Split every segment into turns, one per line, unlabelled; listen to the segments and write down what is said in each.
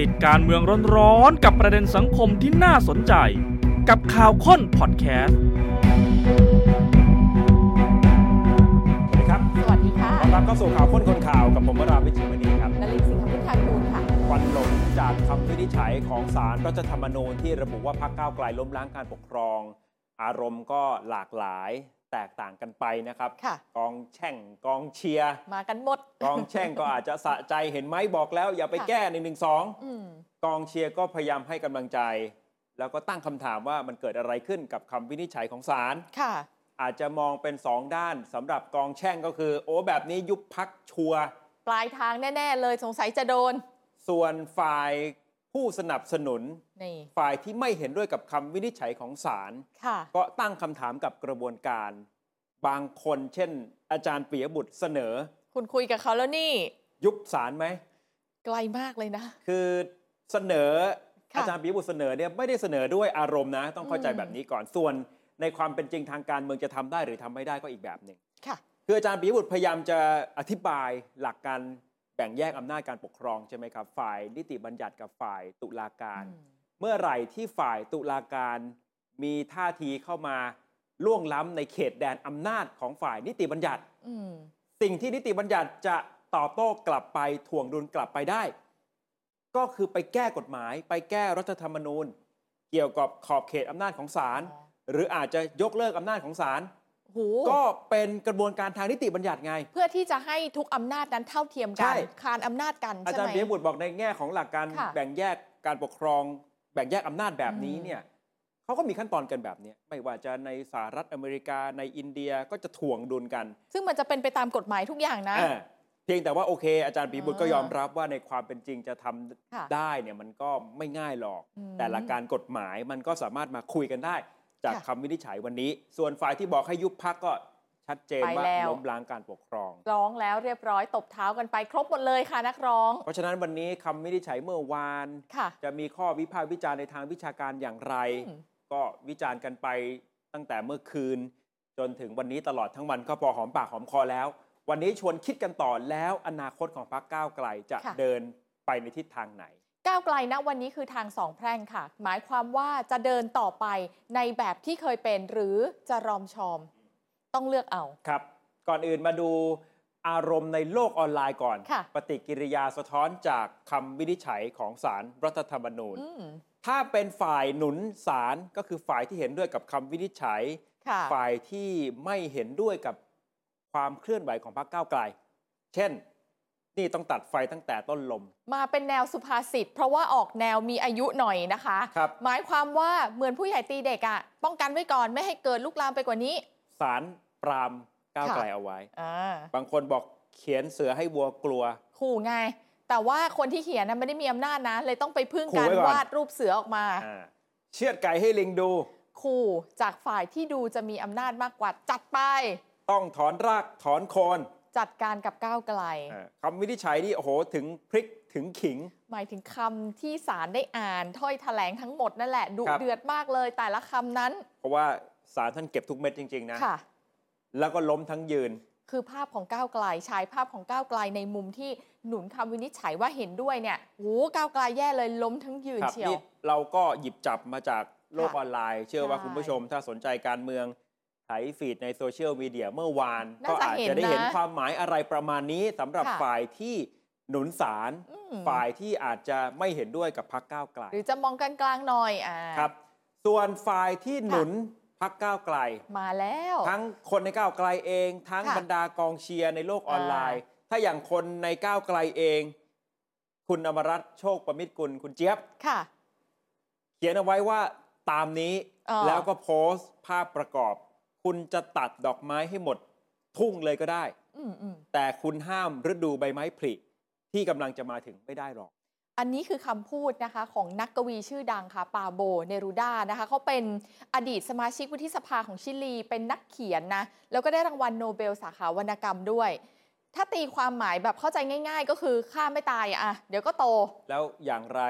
ติดการเมืองร้อนๆกับประเด็นสังคมที่น่าสนใจ กับข่าวค้นพอดแคสต์
สวัสดีครับ
สวัสดีค่ะ
ต้อนรับเข้าสู่ข่าวค้นคนข่าวกับผมวราวิชิตมณีครับ
นลินสิงห์คำพุทธากูลค่ะ
ควันหลงจากคำวินิจฉัยของศาลรัฐธรรมนูญที่ระบุว่าพรรคก้าวไกลล้มล้างการปกครอง อารมณ์ก็หลากหลายแตกต่างกันไปนะครับ
ค่ะ
กองแช่งกองเชียร์
มากันหมด
กองแช่งก็อาจจะสะใจเห็นไหมบอกแล้ว อย่าไป
ค่ะ
แก้หนึ่งหนึ่งสอง
อืม
กองเชียร์ก็พยายามให้กำลังใจ แล้วก็ตั้งคำถามว่ามันเกิดอะไรขึ้นกับคำวินิจฉัยของศาล
ค่ะ
อาจจะมองเป็นสองด้านสำหรับกองแช่งก็คือ โอ้แบบนี้ยุบพักชัวร์
ปลายทางแน่ ๆ เลยสงสัยจะโดน
ส่วนฝ่ายผู้สนับสนุน
นี่
ฝ่ายที่ไม่เห็นด้วยกับคำวินิจฉัยของศาล
ค่ะ
ก็ตั้งคำถามกับกระบวนการ บางคนเช่น อาจารย์ปิยบุตรเสนอ
คุณคุยกับเขาแล้วนี่
ยุบศาลไหม
ไกลมากเลยนะ
คือเสนอ
ค่ะ
อาจารย์ปิยบุตรเสนอเนี่ยไม่ได้เสนอด้วยอารมณ์นะ ต้องเข้าใจ
อืม
แบบนี้ก่อนส่วน ในความเป็นจริงทางการเมืองจะทำได้หรือทำไม่ได้ก็อีกแบบหนึ่ง
ค่ะ
คืออาจารย์ปิยบุตรพยายามจะอธิบายหลักการแบ่งแยกอำนาจการปกครองใช่ไหมครับ ฝ่ายนิติบัญญัติกับฝ่ายตุลาการ
อืม
เมื่อไหร่ที่ฝ่ายตุลาการมีท่าทีเข้ามาล่วงล้ำในเขตแดนอำนาจของฝ่ายนิติบัญญัติ
อืม
สิ่งที่นิติบัญญัติจะตอบโต้กลับไปถ่วงดุลกลับไปได้ ก็คือไปแก้กฎหมาย ไปแก้รัฐธรรมนูญ เกี่ยวกับขอบเขตอำนาจของศาล
อ๋อ
หรืออาจจะยกเลิกอำนาจของศาล
โห
ก็เป็นกระบวนการทางนิติบัญญัติไง
เพื่อที่จะให้ทุกอำนาจนั้นเท่าเทียม
ใช่
กัน คานอำนาจกัน
อา
ใช่
จาร
ไหม
ย์เปียบุตรบอกในแง่ของหลักการ
ค่ะ
แบ่งแยกการปกครอง แบ่งแยกอำนาจแบบนี้
อืม
เนี่ยเขาก็มีขั้นตอนกันแบบเนี้ยไม่ว่าจะในสหรัฐอเมริกาในอินเดียก็จะถ่วงดุลกัน
ซึ่งมันจะเป็นไปตามกฎหมายทุกอย่างนะ
เออเพียงแต่ว่าโอเค อาจารย์ปีบุตรก็
อ่าย ย
อมรับว่าในความเป็นจริงจะทำ
ค่ะ
ได้เนี่ยมันก็ไม่ง่ายหรอก
อืม
แต่หลักการกฎหมายมันก็สามารถมาคุยกันได้ จาก
ค่ะ
คำวินิจฉัยวันนี้ ส่วนฝ่ายที่บอกให้ยุบพักก็ชัดเจน
ไป
ว่า
แล้ว
ล้มล้างการปกครอง
ร้องแล้วเรียบร้อยตบเท้ากันไปครบหมดเลยค่ะนักร้อง
เพราะฉะนั้นวันนี้คำวินิจฉัยเมื่อวาน
ค่ะ
จะมีข้อวิพากษ์วิจารณ์ในทางวิชาการอย่างไร
อืม
ก็วิจารณ์กันไปตั้งแต่เมื่อคืน จนถึงวันนี้ตลอดทั้งวันก็พอหอมปากหอมคอแล้ว วันนี้ชวนคิดกันต่อแล้วอนาคตของพรรคก้าวไกลจะ
ค่ะ
เดินไปในทิศทางไหน
ก้าวไกลนะวันนี้คือทางสองแพร่งค่ะ หมายความว่าจะเดินต่อไปในแบบที่เคยเป็นหรือจะรอมชอม ต้องเลือกเอา
ครับ ก่อนอื่นมาดูอารมณ์ในโลกออนไลน์ก่อน
ค่ะ
ปฏิกิริยาสะท้อนจากคำวินิจฉัยของสารรัฐธรรมนูญ
อืม
ถ้าเป็นฝ่ายหนุนสารก็คือฝ่ายที่เห็นด้วยกับคำวินิจฉัย
ค่ะ
ฝ่ายที่ไม่เห็นด้วยกับความเคลื่อนไหวของพรรคก้าวไกล เช่น นี่ต้องตัดไฟตั้งแต่ต้นลม
มาเป็นแนวสุภาษิตเพราะว่าออกแนวมีอายุหน่อยนะคะ
ครับ
หมายความว่าเหมือนผู้ใหญ่ตีเด็กอะป้องกันไว้ก่อนไม่ให้เกิดลุกลามไปกว่านี้
สารปรามก้าว
ค่ะ
ไกลเอาไว้
อ่า
บางคนบอกเขียนเสือให้วัวกลัว
ขู่ไง แต่ว่าคนที่เขียนนะไม่ได้มีอำนาจนะ เลยต้องไปพึ่ง
ขู่
การ
ไว้ก่อน
วาดรูปเสือออกมา
อ่าเชือดไก่ให้ลิงดู
ขู่จากฝ่ายที่ดูจะมีอำนาจมากกว่าจัดไป
ต้องถอนรากถอนโคน
จัดการกับก้าวไกล
อ่าคำวินิจฉัยนี่โอ้โหถึงพริกถึงขิง
หมายถึงคำที่ศาลได้อ่านถ้อยแถลงทั้งหมดนั่นแหละดุ
ครับ
เดือดมากเลยแต่ละคำนั้น
เพราะว่าสารท่านเก็บทุกเม็ดจริง ๆ นะ
ค่ะ
แล้วก็ล้มทั้งยืน
คือภาพของก้าวไกลชายภาพของก้าวไกลในมุมที่หนุนคำวินิจฉัยว่าเห็นด้วยเนี่ยโหก้าวไกลแย่เลยล้มทั้งยืน
ครับ
เชียว
นี่เราก็หยิบจับมาจากโลก
ค่ะ
ออนไลน์ เชื่อว่า
ใช่
คุณผู้ชมถ้าสนใจการเมืองไถฟีดในโซเชียลมีเดียเมื่อวาน
น่า
ก็
จะ
อาจ
เห็น
จะได้เห็น
นะ
ความหมายอะไรประมาณนี้สำหรับ
ค่ะ
ฝ่ายที่หนุนสาร
อืม
ฝ่ายที่อาจจะไม่เห็นด้วยกับพักก้าวไกล
หรือจะมองกลางๆหน่อยอ่า
ครับ ส่วนฝ่ายที่หนุนพักก้าวไกล
มาแล้ว
ทั้งคนในก้าวไกลเอง ทั้ง
ค่ะ
บรรดากองเชียร์ในโลกออนไลน์ ถ้าอย่างคนในก้าวไกลเอง คุณอมรรัตน์โชคประมิตรกุลคุณเจี๊ยบ
ค่ะ
เขียนเอาไว้ว่าตามนี้
อ๋อ
แล้วก็โพสต์ภาพประกอบ คุณจะตัดดอกไม้ให้หมด ทุ่งเลยก็ได้
อืมอืม
แต่คุณห้ามฤดูใบไม้ผลิที่กำลังจะมาถึงไม่ได้หรอก
อันนี้คือคำพูดนะคะ ของนักกวีชื่อดังค่ะปาโบเนรูดานะคะเขาเป็นอดีตสมาชิกวุฒิสภาของชิลี เป็นนักเขียนนะ แล้วก็ได้รางวัลโนเบลสาขาวรรณกรรมด้วย ถ้าตีความหมายแบบเข้าใจง่าย ๆ ก็คือฆ่าไม่ตายอะอ่ะเดี๋ยวก็โต
แล้วอย่างไร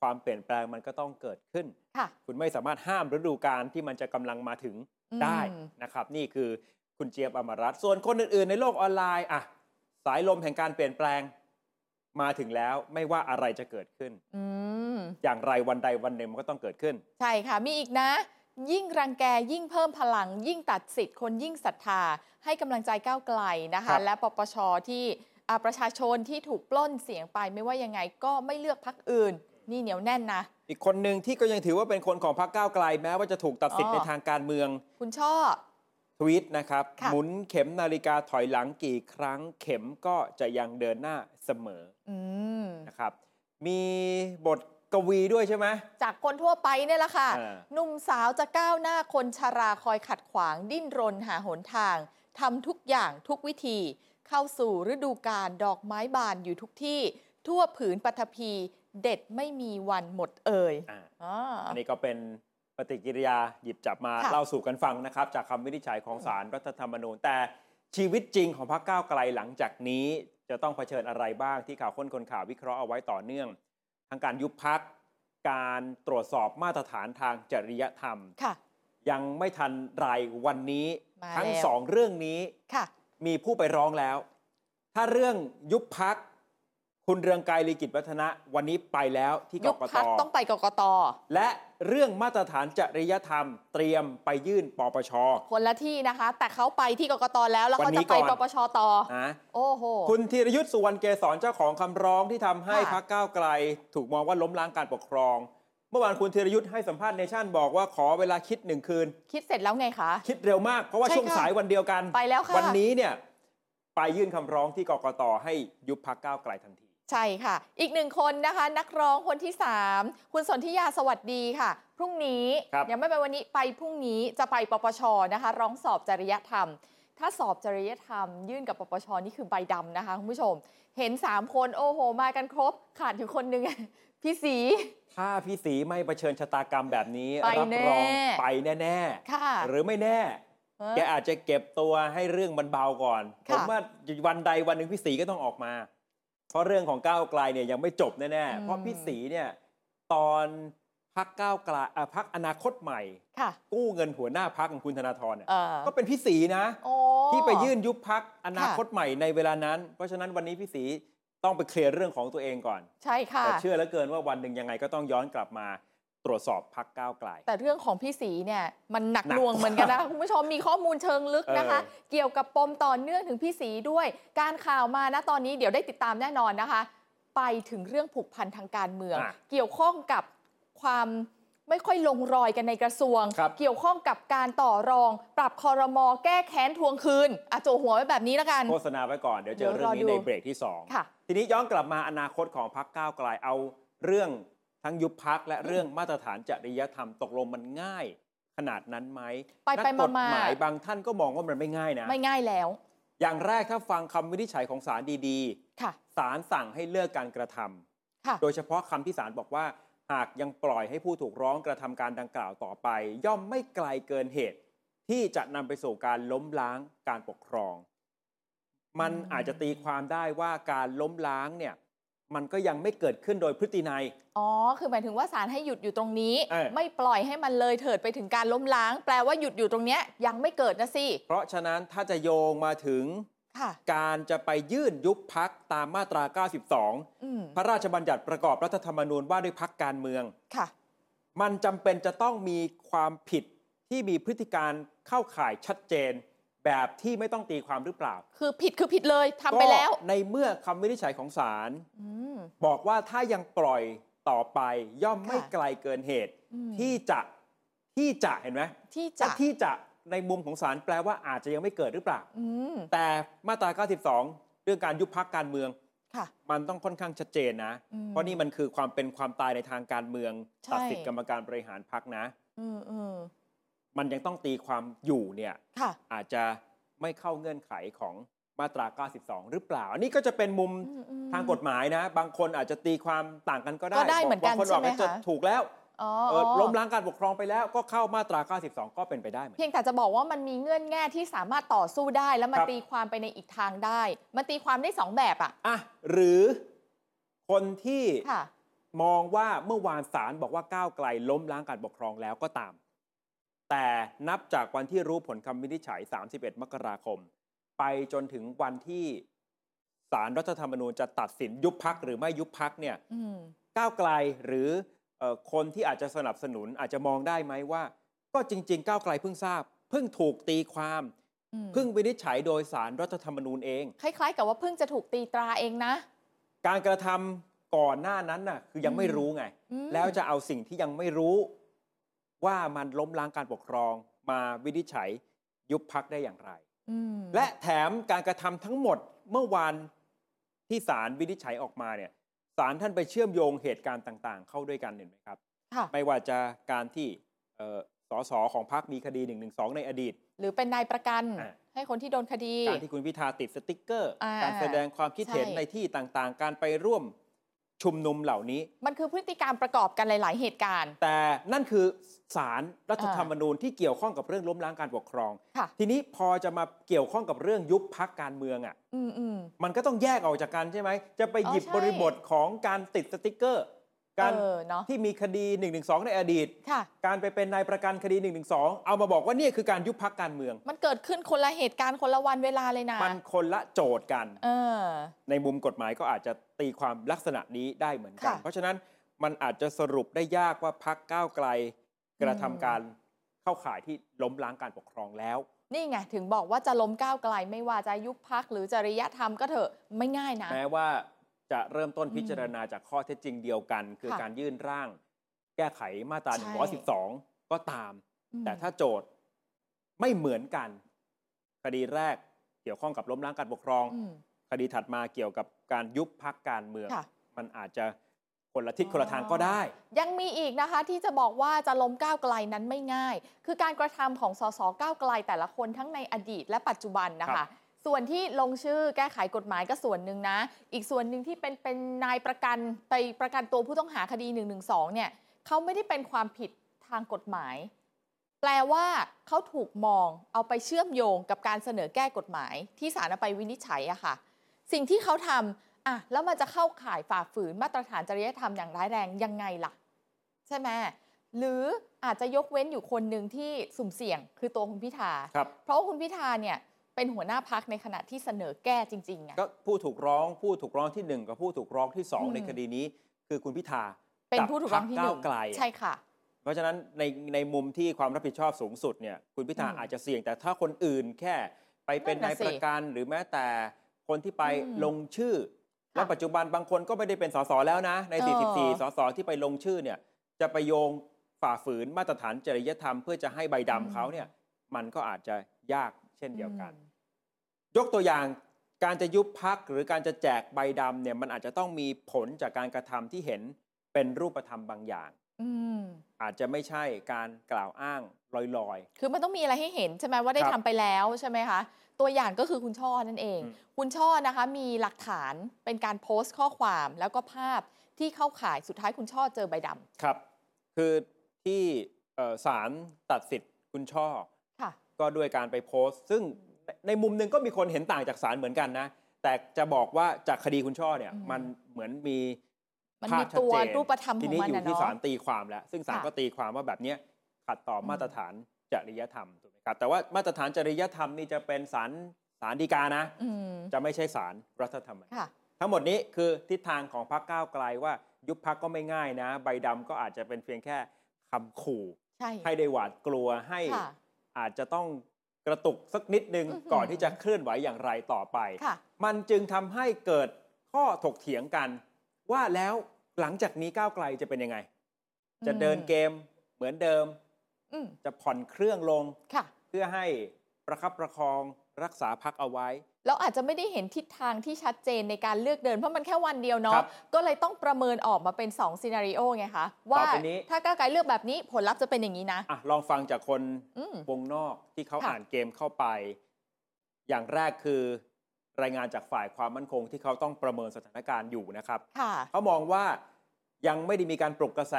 ความเปลี่ยนแปลงมันก็ต้องเกิดขึ้น
ค่ะ
คุณไม่สามารถห้ามฤดูการที่มันจะกำลังมาถึงได้
อืม
นะครับ นี่คือคุณเจี๊ยบอมรรัตน์ส่วนคนอื่นๆ ในโลกออนไลน์อ่ะสายลมแห่งการเปลี่ยนแปลง มาถึงแล้วไม่ว่าอะไรจะเกิดขึ้น
อืม
อย่างไรวันใดวันหนึ่งมันก็ต้องเกิดขึ้น
ใช่ค่ะ มีอีกนะ ยิ่งรังแกยิ่งเพิ่มพลัง ยิ่งตัดสิทธิ์คนยิ่งศรัทธา ให้กำลังใจก้าวไกลนะ
ครั
คะ
บ
และปปชที่อ่าประชาชนที่ถูกปล้นเสียงไปไม่ว่ายังไงก็ไม่เลือกพักอื่น นี่เหนียวแน่นนะ
อีกคนหนึ่งที่ก็ยังถือว่าเป็นคนของพรรคก้าวไกลแม้ว่าจะถูกตัดสิทธิ์
อ๋
ใน
อ
ทางการเมือง
คุณช่อ
ทวีตนะครับ
ค่ะ
หมุนเข็มนาฬิกาถอยหลังกี่ครั้งเข็มก็จะยังเดินหน้าเสมอ
อืม
นะครับ มีบทกวีด้วยใช่ไหม
จากคนทั่วไปเนี่ยแหละค่ะ
เออ
หนุ่มสาวจะก้าวหน้าคนชราคอยขัดขวาง ดิ้นรนหาหนทางทำทุกอย่างทุกวิธี เข้าสู่ฤดูกาลดอกไม้บานอยู่ทุกที่ ทั่วผืนปฐพี เด็ดไม่มีวันหมดเอ่ย
อ่า
อ๋ออ
อันนี้ก็เป็นปฏิกิริยาหยิบจับมา
ค่ะ
เล่าสู่กันฟังนะครับ จากคำวินิจฉัยของ
อืม
ศาลรรัฐธรรมนูญ แต่ชีวิตจริงของพรรคก้าวไกลหลังจากนี้จะต้องเผชิญอะไรบ้างที่ข่าวค้นคนข่าววิเคราะห์เอาไว้ต่อเนื่องทั้งการยุบพักการตรวจสอบมาตรฐานทางจริยธรรม
ค่ะ
ยังไม่ทันไรวันนี้
มา
ทั้ง
แล้ว
สองเรื่องนี้
ค่ะ
มีผู้ไปร้องแล้ว ถ้าเรื่องยุบพัก คุณเรืองไกรลีกิจวัฒนะ วันนี้ไปแล้วที่ก
ยุบ
กต
พักต้องไปกกต
และเรื่องมาตรฐานจริยธรรม เตรียมไปยื่นปปช
คนละที่นะคะ แต่เขาไปที่กกตแล้วแล้ว
วั
เขา
นนี้
จะไป
ก่อน
ปปชต่อ
นะ
โอ้โห
คุณธีรยุทธ์สุวรรณเกษรเจ้าของคำร้องที่ทำให้
ค่ะ
พักก้าวไกล ถูกมองว่าล้มล้างการปกครอง เมื่อวานคุณธีรยุทธ์ให้สัมภาษณ์เนชั่นบอกว่าขอเวลาคิดหนึ่งคืน
คิดเสร็จแล้วไงคะ
คิดเร็วมากเพราะว่า
ใช่
ช่วง
ค่ะ
สายวันเดียวกัน
ไปแล้วค่ะ
วันนี้เนี่ยไปยื่นคำร้องที่กกตให้ยุบพักก้าวไกลทันที
ใช่ค่ะ อีกหนึ่งคนนะคะ นักร้องคนที่ 3 คุณสนธิยาสวัสดีค่ะ พรุ่งนี้
ครับ
ยังไม่ไปวันนี้ไปพรุ่งนี้จะไปปปชนะคะ ร้องสอบจริยธรรม ถ้าสอบจริยธรรม ยื่นกับปปชนี่คือใบดำนะคะคุณผู้ชม เห็น 3 คนโอ้โห มากันครบ ขาดอยู่คนหนึง พี่สี
ถ้าพี่สีไม่เผชิญชะตากรรมแบบนี้
ไป
รับ
แน่
รองไปแน่
ค่ะ
ๆ หรือไม่แน่
เออ
แกอาจจะเก็บตัวให้เรื่องมันเบาก่อน
ค่ะ
ผมว่าวันใดวันหนึ่งพี่สีก็ต้องออกมา เพราะเรื่องของก้าวไกลเนี่ยยังไม่จบแน่ๆ เพราะพี่สีเนี่ยตอนพักก้าวไกลอ่ะพักอนาคตใหม่
ค่ะ
กู้เงินหัวหน้าพักของคุณธนาธรเนี่ย
เออ
ก็เป็นพี่สีนะ
โอ้
ที่ไปยื่นยุบพักอนาคตใหม่ในเวลานั้น เพราะฉะนั้นวันนี้พี่สีต้องไปเคลียร์เรื่องของตัวเองก่อน
ใช่ค่ะ
แต่เชื่อเหลือเกินว่าวันหนึ่งยังไงก็ต้องย้อนกลับมาตรวจสอบพักก้าวไกล
แต่เรื่องของพี่สีเนี่ยมันหนัก
หนัก
หน่วงเหมือนกัน นะคะ คุณผู้ชมมีข้อมูลเชิงลึกนะคะ
เออ
เกี่ยวกับปมต่อเนื่องถึงพี่สีด้วย การข่าวมานะตอนนี้เดี๋ยวได้ติดตามแน่นอนนะคะ ไปถึงเรื่องผูกพันทางการเมือง
อ่ะ
เกี่ยวข้องกับความไม่ค่อยลงรอยกันในกระทรวง
ครับ
เกี่ยวข้องกับการต่อรอง ปรับคอรมอแก้แค้นทวงคืนอ่ะโจหัวไว้แบบนี้แล้วกัน
โฆษณาไว้ก่อนเดี๋ยวเจอ
เดี๋ยว
เรื่อง
รอ
นี้
ดู
ในเบรกที่ 2
ค่ะ
ทีนี้ย้อนกลับมาอนาคตของพักก้าวไกลเอาเรื่องทั้งยุบพักและ เรื่องมาตรฐานจริยธรรมตกลงมันง่าย ขนาดนั้นไหม
ไป
นั
ไป
ก
มาก
ฎ
มา
หมายบางท่านก็มองว่ามันไม่ง่ายนะ
ไม่ง่ายแล้ว
อย่างแรกถ้าฟังคำวินิจฉัยของศาลดี
ค่ะ
ๆศาลสั่งให้เลิกการกระทำ
ค่ะ
โดยเฉพาะคำที่ศาลบอกว่า หากยังปล่อยให้ผู้ถูกร้องกระทำการดังกล่าวต่อไป ย่อมไม่ไกลเกินเหตุ ที่จะนำไปสู่การล้มล้างการปกครอง มัน
อืม
อาจจะตีความได้ว่าการล้มล้างเนี่ยมันก็ยังไม่เกิดขึ้นโดยพฤตินัย
อ๋อ คือหมายถึงว่าศาลให้หยุดอยู่ตรงนี้
เออ
ไม่ปล่อยให้มันเลยเถิดไปถึงการล้มล้าง แปลว่าหยุดอยู่ตรงเนี้ยยังไม่เกิดนะสิ
เพราะฉะนั้นถ้าจะโยงมาถึง
ค่ะ
การจะไปยื่นยุบพักตามมาตรา 92
อืม
พระราชบัญญัติประกอบรัฐธรรมนูญว่าด้วยพักการเมือง
ค่ะ
มันจำเป็นจะต้องมีความผิดที่มีพฤติการเข้าข่ายชัดเจน แบบที่ไม่ต้องตีความหรือเปล่า
คือผิดคือผิดเลยทำไปแล้ว
ก็ในเมื่อคำวินิจฉัยของศาล
อืม
บอกว่าถ้ายังปล่อยต่อไปย่อมไม่
ค่ะ
ไกลเกินเหตุ
อืม
ที่จะที่จะเห็นไหม
ที่จะ
ถ้าที่จะในมุมของศาลแปลว่าอาจจะยังไม่เกิดหรือเปล่า
อืม
แต่มาตรา 92 เรื่องการยุบพักการเมือง
ค่ะ
มันต้องค่อนข้างชัดเจนนะ
อืม
เพราะนี่มันคือความเป็นความตายในทางการเมือง
ใช่
ตัดสิทธิกรรมการบริหารพักนะ
อืมอืม
มันยังต้องตีความอยู่เนี่ย
ค่ะ
อาจจะไม่เข้าเงื่อนไขของมาตรา 92 หรือเปล่า อันนี้ก็จะเป็นมุม
อืมอืม
ทางกฎหมายนะ บางคนอาจจะตีความต่างกันก็ได้
ก็ได้เหมือนกัน
บางคนบอกว่า
ใช่
จะ
ไหมคะ
ถูกแล้ว
อ๋อ
เอ
อ๋
อ
อ
ล้มล้างการปกครองไปแล้วก็เข้ามาตรา 92 ก็เป็นไปได้เหมือนกัน
เพียงแต่จะบอกว่ามันมีเงื่อนแง่ที่สามารถต่อสู้ได้ แล้วมัน
ครับ
ตีความไปในอีกทางได้ มันตีความได้สองแบบอ่ะ
อ่ะหรือคนที่
ค่ะ
มองว่าเมื่อวานศาลบอกว่าก้าวไกลล้มล้างการปกครองแล้วก็ตาม แต่นับจากวันที่รู้ผลคำวินิจฉัย 31 มกราคม ไปจนถึงวันที่ ศาลรัฐธรรมนูญจะตัดสินยุบพักหรือไม่ยุบพักเนี่ย
อืม
ก้าวไกลหรือเอ่อคนที่อาจจะสนับสนุนอาจจะมองได้ไหมว่า ก็จริง ๆ ก้าวไกลเพิ่งทราบ เพิ่งถูกตีความ
อืม
เพิ่งวินิจฉัยโดยสารรัฐธรรมนูญเอง
คล้ายๆ กับว่าเพิ่งจะถูกตีตราเองนะ
การกระทำก่อนหน้านั้นน่ะคือยังไม่
อืม
รู้ไง
อืม
แล้วจะเอาสิ่งที่ยังไม่รู้ ว่ามันล้มล้างการปกครอง มาวินิจฉัยยุบพักได้อย่างไร
อืม
และแถมการกระทำทั้งหมดเมื่อวานที่ศาลวินิจฉัยออกมาเนี่ยศาลท่านไปเชื่อมโยงเหตุการณ์ต่าง ๆ เข้าด้วยกันเห็นไหมครับ
ค่ะ
ไม่ว่าจะการที่เอ่อสสของพรรคมีคดี1นึในอดีต
หรือเป็นนายประกัน
อ่ะ
ให้คนที่โดนคดี
การที่คุณพิธาติดสติกเกอร์
อ่า
การแสดงความคิดเห็น
ใช่
ในที่ต่างๆ การไปร่วมชุมนุมเหล่านี้
มันคือพฤติการประกอบกันหลาย ๆ เหตุการณ์
แต่นั่นคือสารรัฐธรรมนูญที่เกี่ยวข้องกับเรื่องล้มล้างการปกครอง
ค่ะ
ทีนี้พอจะมาเกี่ยวข้องกับเรื่องยุบพักการเมืองอ่ะ
อืมอืม
มันก็ต้องแยกออกจากกันใช่ไหม จะไปหยิบ
อ๋อใช่
บริบทของการติดสติกเกอร์ การ
เออเนาะ
ที่มีคดี1นึในอดีต
ค่ะ
การไปเป็นนายประกันคดี1นึเอามาบอกว่าเนี่ยคือการยุบพักการเมือง
มันเกิดขึ้นคนละเหตุการณ์คนละวันเวลาเลยนะ
มันคนละโจทย์กัน
เออ
ในมุมกฎหมายก็อาจจะตีความลักษณะนี้ได้เหมือนกัน
ค่ะ
เพราะฉะนั้นมันอาจจะสรุปได้ยากว่าพักก้าวไกล กระทำ
อืม
การเข้าข่ายที่ล้มล้างการปกครองแล้ว
นี่ไง ถึงบอกว่าจะล้มก้าวไกลไม่ว่าจะยุบพักหรือจริยธรรมก็เถอะไม่ง่ายนะ
แม้ว่าจะเริ่มต้น
อืม
พิจารณาจากข้อเท็จจริงเดียวกัน คือ
ค่ะ
การยื่นร่าง แก้ไขมาตรา
ใช่
112 ก็ตาม
อืม
แต่ถ้าโจทย์ไม่เหมือนกัน คดีแรกเกี่ยวข้องกับล้มล้างการปกครอง
อืม
คดีถัดมาเกี่ยวกับการยุบพักการเมือง
ค่ะ
มันอาจจะคนละทิศคนละทางก็ได้
ยังมีอีกนะคะที่จะบอกว่าจะล้มก้าวไกลนั้นไม่ง่าย คือการกระทำของสสก้าวไกลแต่ละคนทั้งในอดีตและปัจจุบันนะ
ครั
คะ
บ
ส่วนที่ลงชื่อแก้ไขกฎหมายก็ส่วนหนึ่งนะ อีกส่วนหนึ่งที่เป็นเป็นนายประกันไปประกันตัวผู้ต้องหาคดี1นึเนี่ยเขาไม่ได้เป็นความผิดทางกฎหมาย แปลว่าเขาถูกมองเอาไปเชื่อมโยงกับการเสนอแก้กฎหมาย ที่ศาลเอาไปวินิจฉัยอะค่ะ สิ่งที่เขาทำอ่ะแล้วมันจะเข้าข่ายฝ่าฝืนมาตรฐานจริยธรรมอย่างร้ายแรงยังไงล่ะ ใช่ไหมหรืออาจจะยกเว้นอยู่คนหนึ่งที่สุ่มเสี่ยง คือตัวคุณพิธา
ครับ
เพราะว่าคุณพิธาเนี่ยเป็นหัวหน้าพักในขณะที่เสนอแก้จริงๆไง
ก็ผู้ถูกร้องผู้ถูกร้องที่หนึ่งกับผู้ถูกร้องที่สอง
อืม
ในคดีนี้ คือคุณพิธา
เป็นผู้ถูกร้องที่ห
บพ
นึ่
คก้าว
ง
ไกล
ใช่ค่ะ
เพราะฉะนั้นในในมุมที่ความรับผิดชอบสูงสุดเนี่ยคุณพิธา
อืม
อาจจะเสี่ยงแต่ถ้าคนอื่นแค่ไปเป็น
นั่
นาน ย
น่ะ
ประกันหรือแม้แต่คนที่ไป
อืม
ลงชื่อ และปัจจุบันบางคนก็ไม่ได้เป็นสสแล้วนะ ใน
เออ
44 สสที่ไปลงชื่อเนี่ยจะไปโยงฝ่าฝืนมาตรฐานจริยธรรมเพื่อจะให้ใบดำเขาเนี่ยมันก็อาจจะยากเช่นเดียวกัน
อืม
ยกตัวอย่างการจะยุบพักหรือการจะแจกใบดำเนี่ยมันอาจจะต้องมีผลจากการกระทำที่เห็นเป็นรูปธรรมบางอย่าง
อืม
อาจจะไม่ใช่การกล่าวอ้างลอย
คือมันต้องมีอะไรให้เห็นใช่ไหมว่าได้
ครับ
ทำไปแล้วใช่ไหมคะ ตัวอย่างก็คือคุณช่อนั่นเอง
อืม
คุณช่อนะคะมีหลักฐานเป็นการโพสต์ข้อความแล้วก็ภาพที่เข้าข่ายสุดท้ายคุณช่อเจอใบดำ
ๆ ครับ คือที่เอ่อศาลตัดสิทธิ์คุณช่อ
ค่ะ
ก็ด้วยการไปโพสต์ ซึ่งในในมุมหนึ่งก็มีคนเห็นต่างจากศาลเหมือนกันนะ แต่จะบอกว่าจากคดีคุณช่อเนี่ย
อืม
มันเหมือนมี
มัน
ภา
มี
พชัด
ตัว
เจน
รูปธรรมข
ที
อง
นี้
มัน
อยู่
นะ
ที่
เนาะ
ศาลตีความแล้ว ซึ่งศาล
ค่ะ
ก็ตีความว่าแบบเนี้ยขัดต่ออ
ม
มาตรฐานจริยธรรมถูกไหมครับแต่ว่ามาตรฐานจริยธรรมนี่จะเป็นศาลศาลฎีกานะ
อืม
จะไม่ใช่ศาลรัฐธรรมนูญ
ค่ะ
ทั้งหมดนี้คือทิศทางของพรรคก้าวไกลว่ายุบพรรคก็ไม่ง่ายนะ ใบดำก็อาจจะเป็นเพียงแค่คำขู่
ใช่
ให้ได้หวาดกลัวให้
ค่ะ
อาจจะต้องกระตุกสักนิดนึง
อื้อหือ
ก่อนที่จะเคลื่อนไหวอย่างไรต่อไป
ค่ะ
มันจึงทำให้เกิดข้อถกเถียงกัน ว่าแล้วหลังจากนี้ก้าวไกลจะเป็นยังไง จะเดินเกมเหมือนเดิม
อืม
จะผ่อนเครื่องลง
ค่ะ
เพื่อให้ประคับประคองรักษาพักเอาไว้
เราอาจจะไม่ได้เห็นทิศทางที่ชัดเจนในการเลือกเดิน เพราะมันแค่วันเดียว
ค
เนาะ
รับ
ก็เลยต้องประเมินออกมาเป็น2องซีนารีโอไงคะ ว่า
ต่อไปนี้
ถ้าก้าวไกลเลือกแบบนี้ผลลัพธ์จะเป็นอย่างนี้นะ
อ่ะลองฟังจากคน
อืม
วงนอกที่เขา
ค่ะ
อ่านเกมเข้าไป อย่างแรกคือ รายงานจากฝ่ายความมั่นคงที่เขาต้องประเมินสถานการณ์อยู่นะครับ
ค่ะ
เขามองว่ายังไม่ได้มีการปลุกกระแส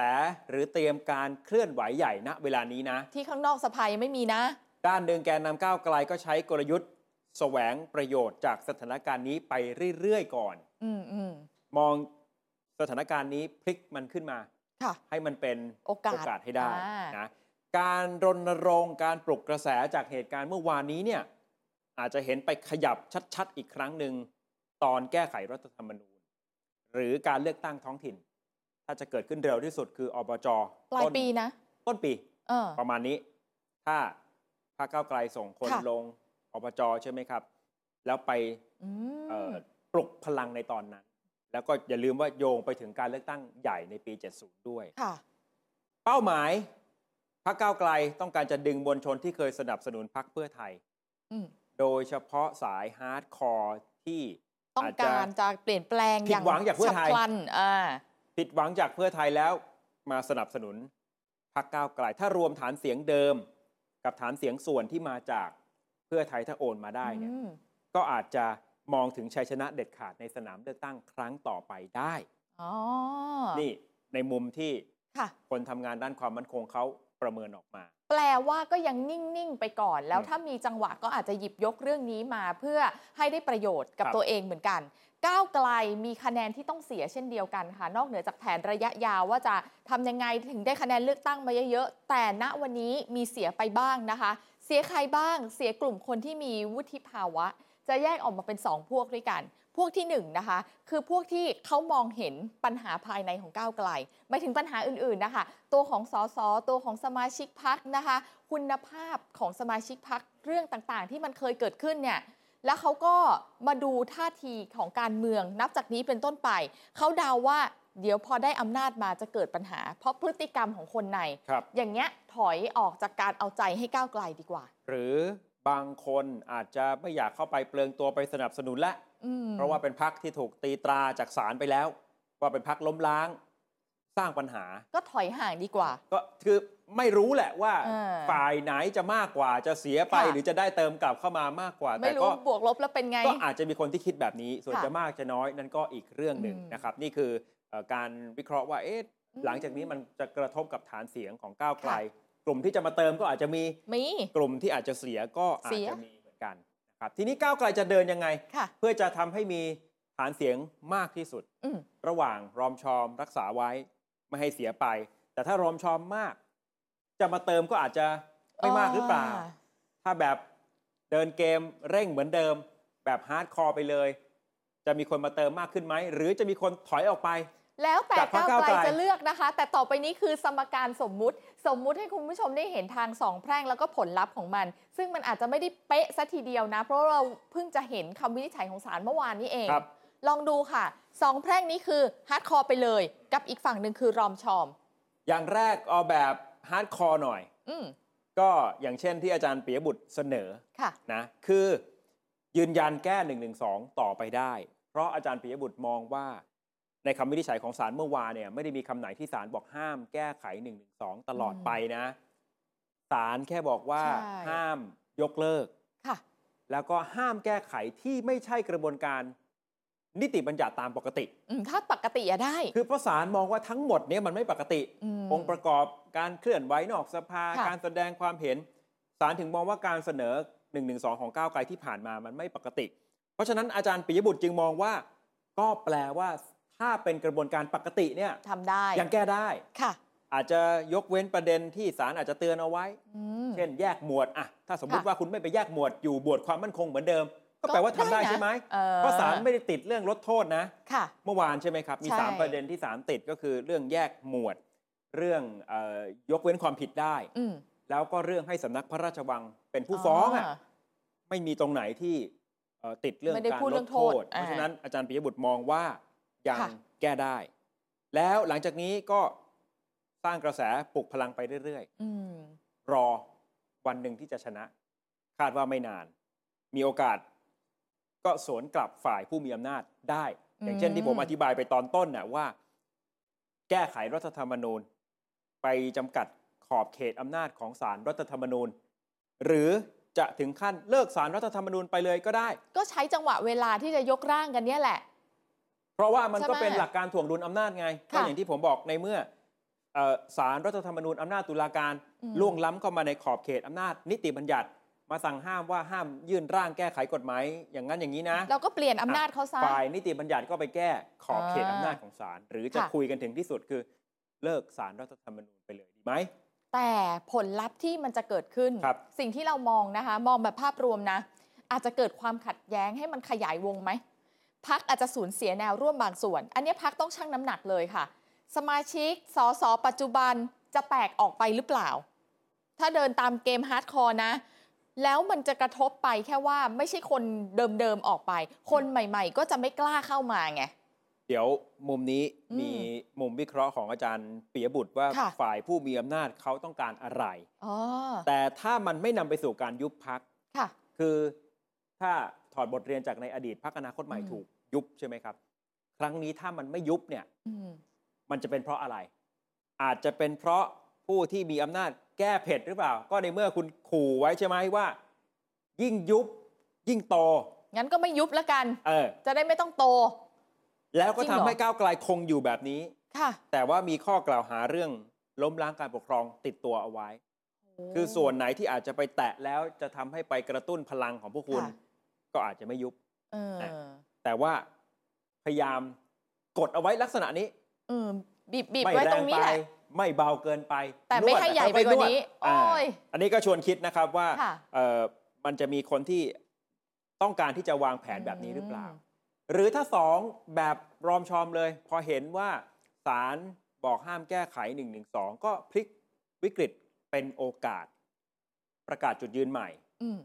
หรือเตรียมการเคลื่อนไหวใหญ่ณเวลานี้นะ
ที่ข้างนอกสภายังไม่มีนะ
ด้านหนึ่งแกนนำก้าวไกลก็ใช้กลยุทธ์ แสวงประโยชน์จากสถานการณ์นี้ไปเรื่อยๆก่อน
อืมอืม
มองสถานการณ์นี้พลิกมันขึ้นมา
ค่ะ
ให้มันเป็น
โอกาส
ให้ได้
อ่าน
นะการรณรงค์การปลุกกระแสจากเหตุการณ์เมื่อวานนี้เนี่ยอาจจะเห็นไปขยับชัด ๆ อีกครั้งหนึ่ง ตอนแก้ไขรัฐธรรมนูญ หรือการเลือกตั้งท้องถิ่น ถ้าจะเกิดขึ้นเร็วที่สุดคืออบจ
ปลายปีนะ
ต้นปี
เออ
ประมาณนี้ ถ้าพรรคก้าวไกลส่งคน
ค่ะ
ลงอบจใช่ไหมครับ แล้วไป
อืม
เอ่อปลุกพลังในตอนนั้น แล้วก็อย่าลืมว่าโยงไปถึงการเลือกตั้งใหญ่ในปี 70 ด้วย
ค่ะ
เป้าหมายพรรคก้าวไกลต้องการจะดึงมวลชนที่เคยสนับสนุนพรรคเพื่อไทย
อืม
โดยเฉพาะสายฮาร์ดคอร์ที่
ต้องการจะเปลี่ยนแปลงอย่าง
ผิดหวังจากเพื่อไทย
ฉับพลันอ่า
ผิดหวังจากเพื่อไทยแล้วมาสนับสนุนพรรคก้าวไกล ถ้ารวมฐานเสียงเดิม กับฐานเสียงส่วนที่มาจากเพื่อไทยถ้าโอนมาได้เนี่ย
อืม
ก็อาจจะมองถึงชัยชนะเด็ดขาดในสนามเลือกตั้งครั้งต่อไปได้
อ๋อ
นี่ในมุมที่
ค่ะ
คนทำงานด้านความมั่นคงเขาประเมินออกมา
แปลว่าก็ยังนิ่ง ๆ ไปก่อน แล้ว
อืม
ถ้ามีจังหวะก็อาจจะหยิบยกเรื่องนี้มาเพื่อให้ได้ประโยชน์กับ
ครับ
ตัวเองเหมือนกัน ก้าวไกลมีคะแนนที่ต้องเสียเช่นเดียวกันค่ะ นอกเหนือจากแผนระยะยาวว่าจะทำยังไงถึงได้คะแนนเลือกตั้งมาเยอะๆแต่ณวันนี้มีเสียไปบ้างนะคะ เสียใครบ้างเสียกลุ่มคนที่มีวุฒิภาวะ จะแยกออกมาเป็น 2 พวกด้วยกัน พวกที่1นงนะคะ คือพวกที่เขามองเห็นปัญหาภายในของก้าวไกลหมายถึงปัญหาอื่นๆนะคะ ตัวของสสตัวของสมาชิกพักนะคะ คุณภาพของสมาชิกพักเรื่องต่างๆ ที่มันเคยเกิดขึ้นเนี่ย แล้วเขาก็มาดูท่าทีของการเมือง นับจากนี้เป็นต้นไป เขาเดาวว่าเดี๋ยวพอได้อำนาจมาจะเกิดปัญหา เพราะพฤติกรรมของคนใน
ครับ
อย่างเงี้ยถอยออกจากการเอาใจให้ก้าวไกลดีกว่า
หรือบางคนอาจจะไม่อยากเข้าไปเปลืองตัวไปสนับสนุนละ
อืม
เพราะว่าเป็นพักที่ถูกตีตราจากศาลไปแล้ว ว่าเป็นพักล้มล้าง สร้างปัญหา
ก็ถอยห่างดีกว่า
ก็คือไม่รู้แหละว่า
เออ
ฝ่ายไหนจะมากกว่าจะเสียไป
ค่ะ
หรือจะได้เติมกลับเข้ามามากกว่า
ไม่
แต่
รู้
ก็
บวกลบแล้วเป็นไง
ก็อาจจะมีคนที่คิดแบบนี้ ส่วน
ค่ะ
จะมากจะน้อยนั่นก็อีกเรื่องหนึ่ง
อืม
นะครับ นี่คือเอ่อการวิเคราะห์ว่าเอ๊ะหลังจากนี้มันจะกระทบกับฐานเสียงของก้าวไกล กลุ่มที่จะมาเติมก็อาจจะมี
มี
กลุ่มที่อาจจะเสียก็อาจ
เสีย
จะมีเหมือนกันนะครับทีนี้ก้าวไกลจะเดินยังไง
ค่ะ
เพื่อจะทำให้มีฐานเสียงมากที่สุด
อืม
ระหว่างรอมชอมรักษาไว้ไม่ให้เสียไป แต่ถ้ารอมชอมมาก จะมาเติมก็อาจจะไม่มากหรือเปล่า ถ้าแบบเดินเกมเร่งเหมือนเดิม แบบฮาร์ดคอร์ไปเลย จะมีคนมาเติมมากขึ้นไหม หรือจะมีคนถอยออกไป
แล้วแต่
จากพรร
ก้า
คว ก้าว
ไก
ไก
ล
ล
จะเลือกนะคะ แต่ต่อไปนี้คือสมการสมมุติ สมมุติให้คุณผู้ชมได้เห็นทางสองแพร่งแล้วก็ผลลัพธ์ของมัน ซึ่งมันอาจจะไม่ได้เป๊ะซะทีเดียวนะ เพราะเราเพิ่งจะเห็นคำวินิจฉัยของศาลเมื่อวานนี้เอง
ครับ
ลองดูค่ะสองแพร่งนี้คือฮาร์ดคอร์ไปเลย กับอีกฝั่งหนึ่งคือรอมชอม
อย่างแรกเอาแบบฮาร์ดคอร์หน่อย
อืม
ก็อย่างเช่นที่อาจารย์ปิยบุตรเสนอ
ค่ะ
นะคือยืนยันแก้1นึต่อไปได้ เพราะอาจารย์ปิยบุตรมองว่า ในคำวินิจฉัยของศาลเมื่อวานเนี่ยไม่ได้มีคำไหนที่ศาลบอกห้ามแก้ไข1นึตลอดไปนะศาลแค่บอกว่า
ใช่
ห้ามยกเลิก
ค่ะ
แล้วก็ห้ามแก้ไขที่ไม่ใช่กระบวนการ นิติบัญญัติตามปกติ
อืมถ้าปกติอะได้
คือเพราะศาลมองว่าทั้งหมดเนี้มันไม่ปกติ
อืม
องค์ประกอบการเคลื่อนไหวนอกสภา
ค่ะ
การแสดงความเห็นศาลถึงมองว่าการเสนอ1นึของก้าวไกลที่ผ่านมามันไม่ปกติ เพราะฉะนั้นอาจารย์ปิยบุตรจึงมองว่า ก็แปลว่าถ้าเป็นกระบวนการปกติเนี่ย
ทำได้
ยังแก้ได้
ค่ะ
อาจจะยกเว้นประเด็นที่ศาลอาจจะเตือนเอาไว้
อืม
เช่นแยกหมวดอะถ้าสมมติ
ค่ะ
ว่าคุณไม่ไปแยกหมวดอยู่บวดความมั่นคงเหมือนเดิม ก็แปลว่าทำได้
นะ
ใช่ไหม
ออ
เพราะศาลไม่ได้ติดเรื่องลดโทษนะ
ค่ะ
เมื่อวานใช่ไหมครับ มี
ใช่
3 ประเด็นที่ศาลติดก็คือเรื่องแยกหมวด เรื่องเอ่อยกเว้นความผิดได้
อืม
แล้วก็เรื่องให้สำนักพระราชวังเป็นผู้ฟ้องอะ
อ่า
ไม่มีตรงไหนที่เอ่อติดเรื่อง
ไม่ได้
การ
พูด
ล
เรื่
ด
อง
โท
โท
ษ
ษ
เพราะ
อ่า
ฉะนั้นอาจารย์ปิยบุตรมองว่ายัง
ค่ะ
แก้ได้ แล้วหลังจากนี้ก็สร้างกระแสปลุกพลังไปเรื่อย ๆ
อืม
รอวันหนึ่งที่จะชนะ คาดว่าไม่นาน มีโอกาสก็สวนกลับฝ่ายผู้มีอำนาจได้ อย่างเช่น
อืม
ที่ผมอธิบายไปตอนต้นนะว่า แก้ไขรัฐธรรมนูญ ไปจำกัดขอบเขตอำนาจของศาลรรัฐธรรมนูญ หรือจะถึงขั้นเลิกศาลรรัฐธรรมนูญไปเลยก็ได้
ก็ใช้จังหวะเวลาที่จะยกร่างกันเนี่ยแหละ
เพราะว่ามันก็
ใช่ไหม
เป็นหลักการถ่วงดุลอำนาจไงก็
ค่ะ
อย่างที่ผมบอกในเมื่อเอ่อศาลรรัฐธรรมนูญอำนาจตุลาการ
อืม
ล่วงล้ำเข้ามาในขอบเขตอำนาจ นิติบัญญัติ มาสั่งห้ามว่าห้ามยื่นร่างแก้ไขกฎหมายอย่างนั้นอย่างนี้นะ
เราก็เปลี่ยนอำนาจเขาซะ
ฝ่ายนิติบัญญัติก็ไปแก้ขอบเขต
อ่า
อำนาจของศาลหรือจะ
ค่ะ
คุยกันถึงที่สุดคือเลิกศาลรัฐธรรมนูญไปเลยดีไหม
แต่ผลลัพธ์ที่มันจะเกิดขึ้น
ครับ
สิ่งที่เรามองนะคะ มองแบบภาพรวมนะ อาจจะเกิดความขัดแย้งให้มันขยายวงไหม พักอาจจะสูญเสียแนวร่วมบางส่วน อันเนี้ยพักต้องชั่งน้ำหนักเลยค่ะ สมาชิกสสปัจจุบันจะแตกออกไปหรือเปล่า ถ้าเดินตามเกมฮาร์ดคอร์นะ แล้วมันจะกระทบไปแค่ว่าไม่ใช่คนเดิมๆออกไป คนใหม่ๆ ก็จะไม่กล้าเข้ามาไง
เดี๋ยวมุมนี้
อืม
มีมุมวิเคราะห์ของอาจารย์ปิยบุตรว่า
ค่ะ
ฝ่ายผู้มีอำนาจเขาต้องการอะไร
อ๋อ
แต่ถ้ามันไม่นำไปสู่การยุบพัก
ค่ะ
คือถ้าถอดบทเรียนจากในอดีตพักอนาคตใหม่
อืม
ถูกยุบใช่ไหมครับ ครั้งนี้ถ้ามันไม่ยุบเนี่ย
อืม
มันจะเป็นเพราะอะไร อาจจะเป็นเพราะผู้ที่มีอำนาจแก้เผ็ดหรือเปล่า ก็ในเมื่อคุณขู่ไว้ใช่ไหมว่า ยิ่งยุบยิ่งโต
งั้นก็ไม่ยุบละกัน
เออ
จะได้ไม่ต้องโต
แล้วก็
จริง
ทำ
เหรอ
ให้ก้าวไกลคงอยู่แบบนี้
ค่ะ
แต่ว่ามีข้อกล่าวหาเรื่องล้มล้างการปกครองติดตัวเอาไว้ คือส่วนไหนที่อาจจะไปแตะแล้วจะทำให้ไปกระตุ้นพลังของพวกคุณ ก็อาจจะไม่ยุบ
เออ
นะ แต่ว่าพยายามกดเอาไว้ลักษณะนี้
เออบีบบีบ
ไม่
ไว้
แร
ตรง งนี้
ไป
แหละ
ไม่เบาเกินไป
แต่ไม่
นวด
ให้ใหญ่
ค่
ไป
อยๆ
กว่านี้
ด
โอ้ย
าอันนี้ก็ชวนคิดนะครับว่า
ค่ะ
เอ่อมันจะมีคนที่ต้องการที่จะวางแผนแบบนี้หรือเปล่า หรือถ้าสองแบบรอมชอมเลย พอเห็นว่าศาลบอกห้ามแก้ไข1นึก็พลิกวิกฤตเป็นโอกาส ประกาศจุดยืนใหม่
อืม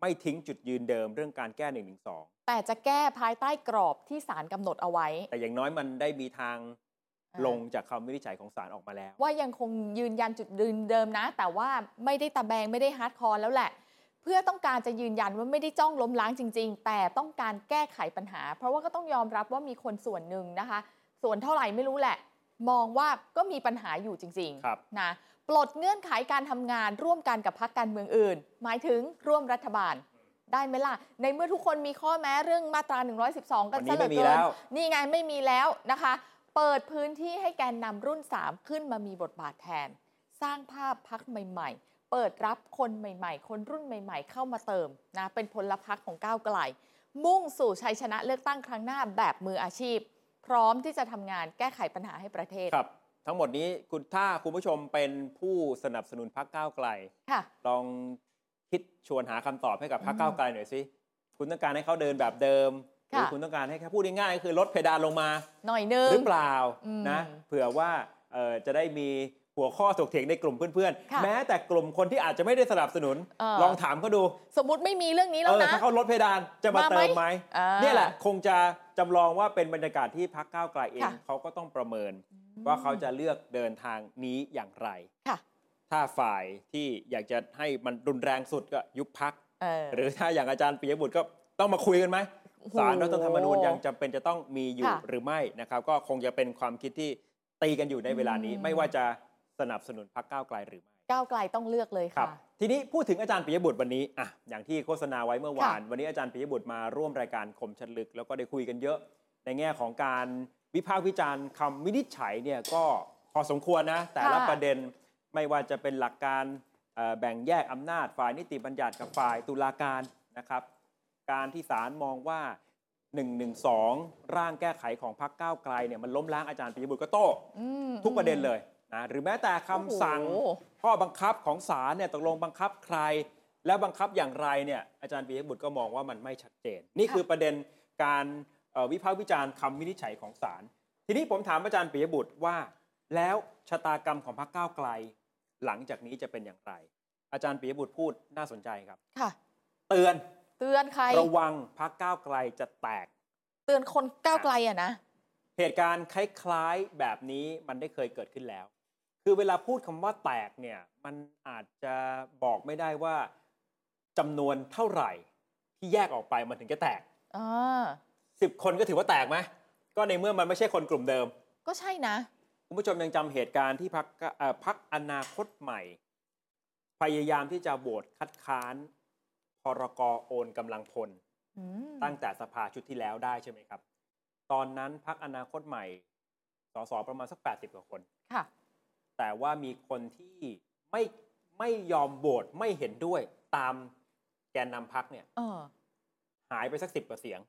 ไม่ทิ้งจุดยืนเดิมเรื่องการแก้1นึ
แต่จะแก้ภายใต้กรอบที่ศาลกำหนดเอาไว้
แต่อย่างน้อยมันได้มีทาง
อ่า
ลงจากคำวินิจฉัยของศาลออกมาแล้ว
ว่ายังคงยืนยันจุดยืนเดิมนะ แต่ว่าไม่ได้ตะแบงไม่ได้ฮาร์ดคอร์แล้วแหละ เพื่อต้องการจะยืนยันว่าไม่ได้จ้องล้มล้างจริง ๆ แต่ต้องการแก้ไขปัญหา เพราะว่าก็ต้องยอมรับว่ามีคนส่วนหนึ่งนะคะ ส่วนเท่าไหร่ไม่รู้แหละ มองว่าก็มีปัญหาอยู่จริงๆ
ครับ
นะปลดเงื่อนไขการทำงานร่วมกันกับพรรคการเมืองอื่น หมายถึงร่วมรัฐบาล ได้ไหมล่ะ ในเมื่อทุกคนมีข้อแม้เรื่องมาตรา 112 กัน
วัน
ซะเหลือ
นี้ไม่มี
เกิน
แล้ว
นี่ไงไม่มีแล้วนะคะ เปิดพื้นที่ให้แกนนำรุ่น 3 ขึ้นมามีบทบาทแทน สร้างภาพพักใหม่ๆ เปิดรับคนใหม่ๆ คนรุ่นใหม่ๆ เข้ามาเติมนะเป็นพลพรรคของก้าวไกล มุ่งสู่ชัยชนะเลือกตั้งครั้งหน้าแบบมืออาชีพ พร้อมที่จะทำงานแก้ไขปัญหาให้ประเทศ
ครับ ทั้งหมดนี้คุณถ้าคุณผู้ชมเป็นผู้สนับสนุนพักก้าวไกล
ค่ะ
ลองคิดชวนหาคำตอบให้กับพัก
อืม
ก้าวไกลหน่อยสิคุณต้องการให้เขาเดินแบบเดิม หรือ
ค่ะ
คุณต้องการให้แค่พูดง่ายๆก็คือลดเพดานลงมา
หน่อยนึง
หรือเปล่า
อืม
นะเผื่อว่าเอ่อจะได้มีหัวข้อถกเถียงในกลุ่มเพื่อน
ค่ะ
ๆ แม้แต่กลุ่มคนที่อาจจะไม่ได้สนับสนุน
เออ
ลองถามเขาดู
สมมติไม่มีเรื่องนี้
เอ
แล้ว
อ
นะ
ถ้าเขาลดเพดานจะมา
มาไหม
เติมไหม
อ่า
เนี่ยแหละคงจะจำลองว่าเป็นบรรยากาศที่พักก้าวไกลเอง
ค่ะ
เขาก็ต้องประเมิน ว่าเขาจะเลือกเดินทางนี้อย่างไร
ค่ะ
ถ้าฝ่ายที่อยากจะให้มันรุนแรงสุดก็ยุบพัก
เออ
หรือถ้าอย่างอาจารย์ปิยบุตรก็ต้องมาคุยกันไหมสารรัฐธรรมนูญยังจำเป็นจะต้องมีอยู่
ค่ะ
หรือไม่นะครับ ก็คงจะเป็นความคิดที่ตีกันอยู่ในเวลานี้
อืม
ไม่ว่าจะสนับสนุนพักก้าวไกลหรือไม่
ก้าวไกลต้องเลือกเลย
ครับ
ค่ะ
ทีนี้พูดถึงอาจารย์ปิยบุตรวันนี้อ่ะอย่างที่โฆษณาไว้เมื่อวาน
ค่ะ
วันนี้อาจารย์ปิยบุตรมาร่วมรายการคมชัดลึก แล้วก็ได้คุยกันเยอะ ในแง่ของการวิพากษ์วิจารณ์คำวินิจฉัยเนี่ยก็พอสมควรนะ แต่ละ
ค่ะ
ประเด็นไม่ว่าจะเป็นหลักการเอ่อแบ่งแยกอำนาจฝ่ายนิติบัญญัติกับฝ่ายตุลาการนะครับ การที่ศาลมองว่า 112 ร่างแก้ไขของพรรคก้าวไกลเนี่ยมันล้มล้างอาจารย์ปิยบุตรก็โต้
อืม
ทุกประเด็นเลยนะหรือแม้แต่คำสั่ง
โอ้โห
ข้อบังคับของศาลเนี่ยตกลงบังคับใคร และบังคับอย่างไรเนี่ยอาจารย์ปิยบุตรก็มองว่ามันไม่ชัดเจน นี่
ค่ะ
คือประเด็นการเอ่อวิพากษ์วิจารณ์คำวินิจฉัยของศาลทีนี้ผมถามอาจารย์ปิยบุตรว่า แล้วชะตากรรมของพรรคก้าวไกล หลังจากนี้จะเป็นอย่างไร อาจารย์ปิยบุตรพูดน่าสนใจครับ
ค่ะ
เตือน
เตือนใคร
ระวังพรรคก้าวไกลจะแตก
เตือนคนก้าวไกลอะนะ
เหตุการณ์คล้ายๆแบบนี้มันได้เคยเกิดขึ้นแล้ว คือเวลาพูดคำว่าแตกเนี่ย มันอาจจะบอกไม่ได้ว่าจำนวนเท่าไหร่ ที่แยกออกไปมันถึงจะแตก
อ่า
10 คนก็ถือว่าแตกไหม ก็ในเมื่อมันไม่ใช่คนกลุ่มเดิม
ก็ใช่นะ
คุณผู้ชมยังจำเหตุการณ์ที่พักพักอนาคตใหม่ พยายามที่จะโหวตคัดค้านพรกโอนกำลังพล
อืม
ตั้งแต่สภาชุดที่แล้วได้ใช่ไหมครับ ตอนนั้นพักอนาคตใหม่ สสประมาณสัก 80 กว่าคน
ค่ะ
แต่ว่ามีคนที่ไม่ไม่ยอมโหวตไม่เห็นด้วยตามแกนนำพักเนี่ย
เออ
หายไปสักสิบกว่าเสียง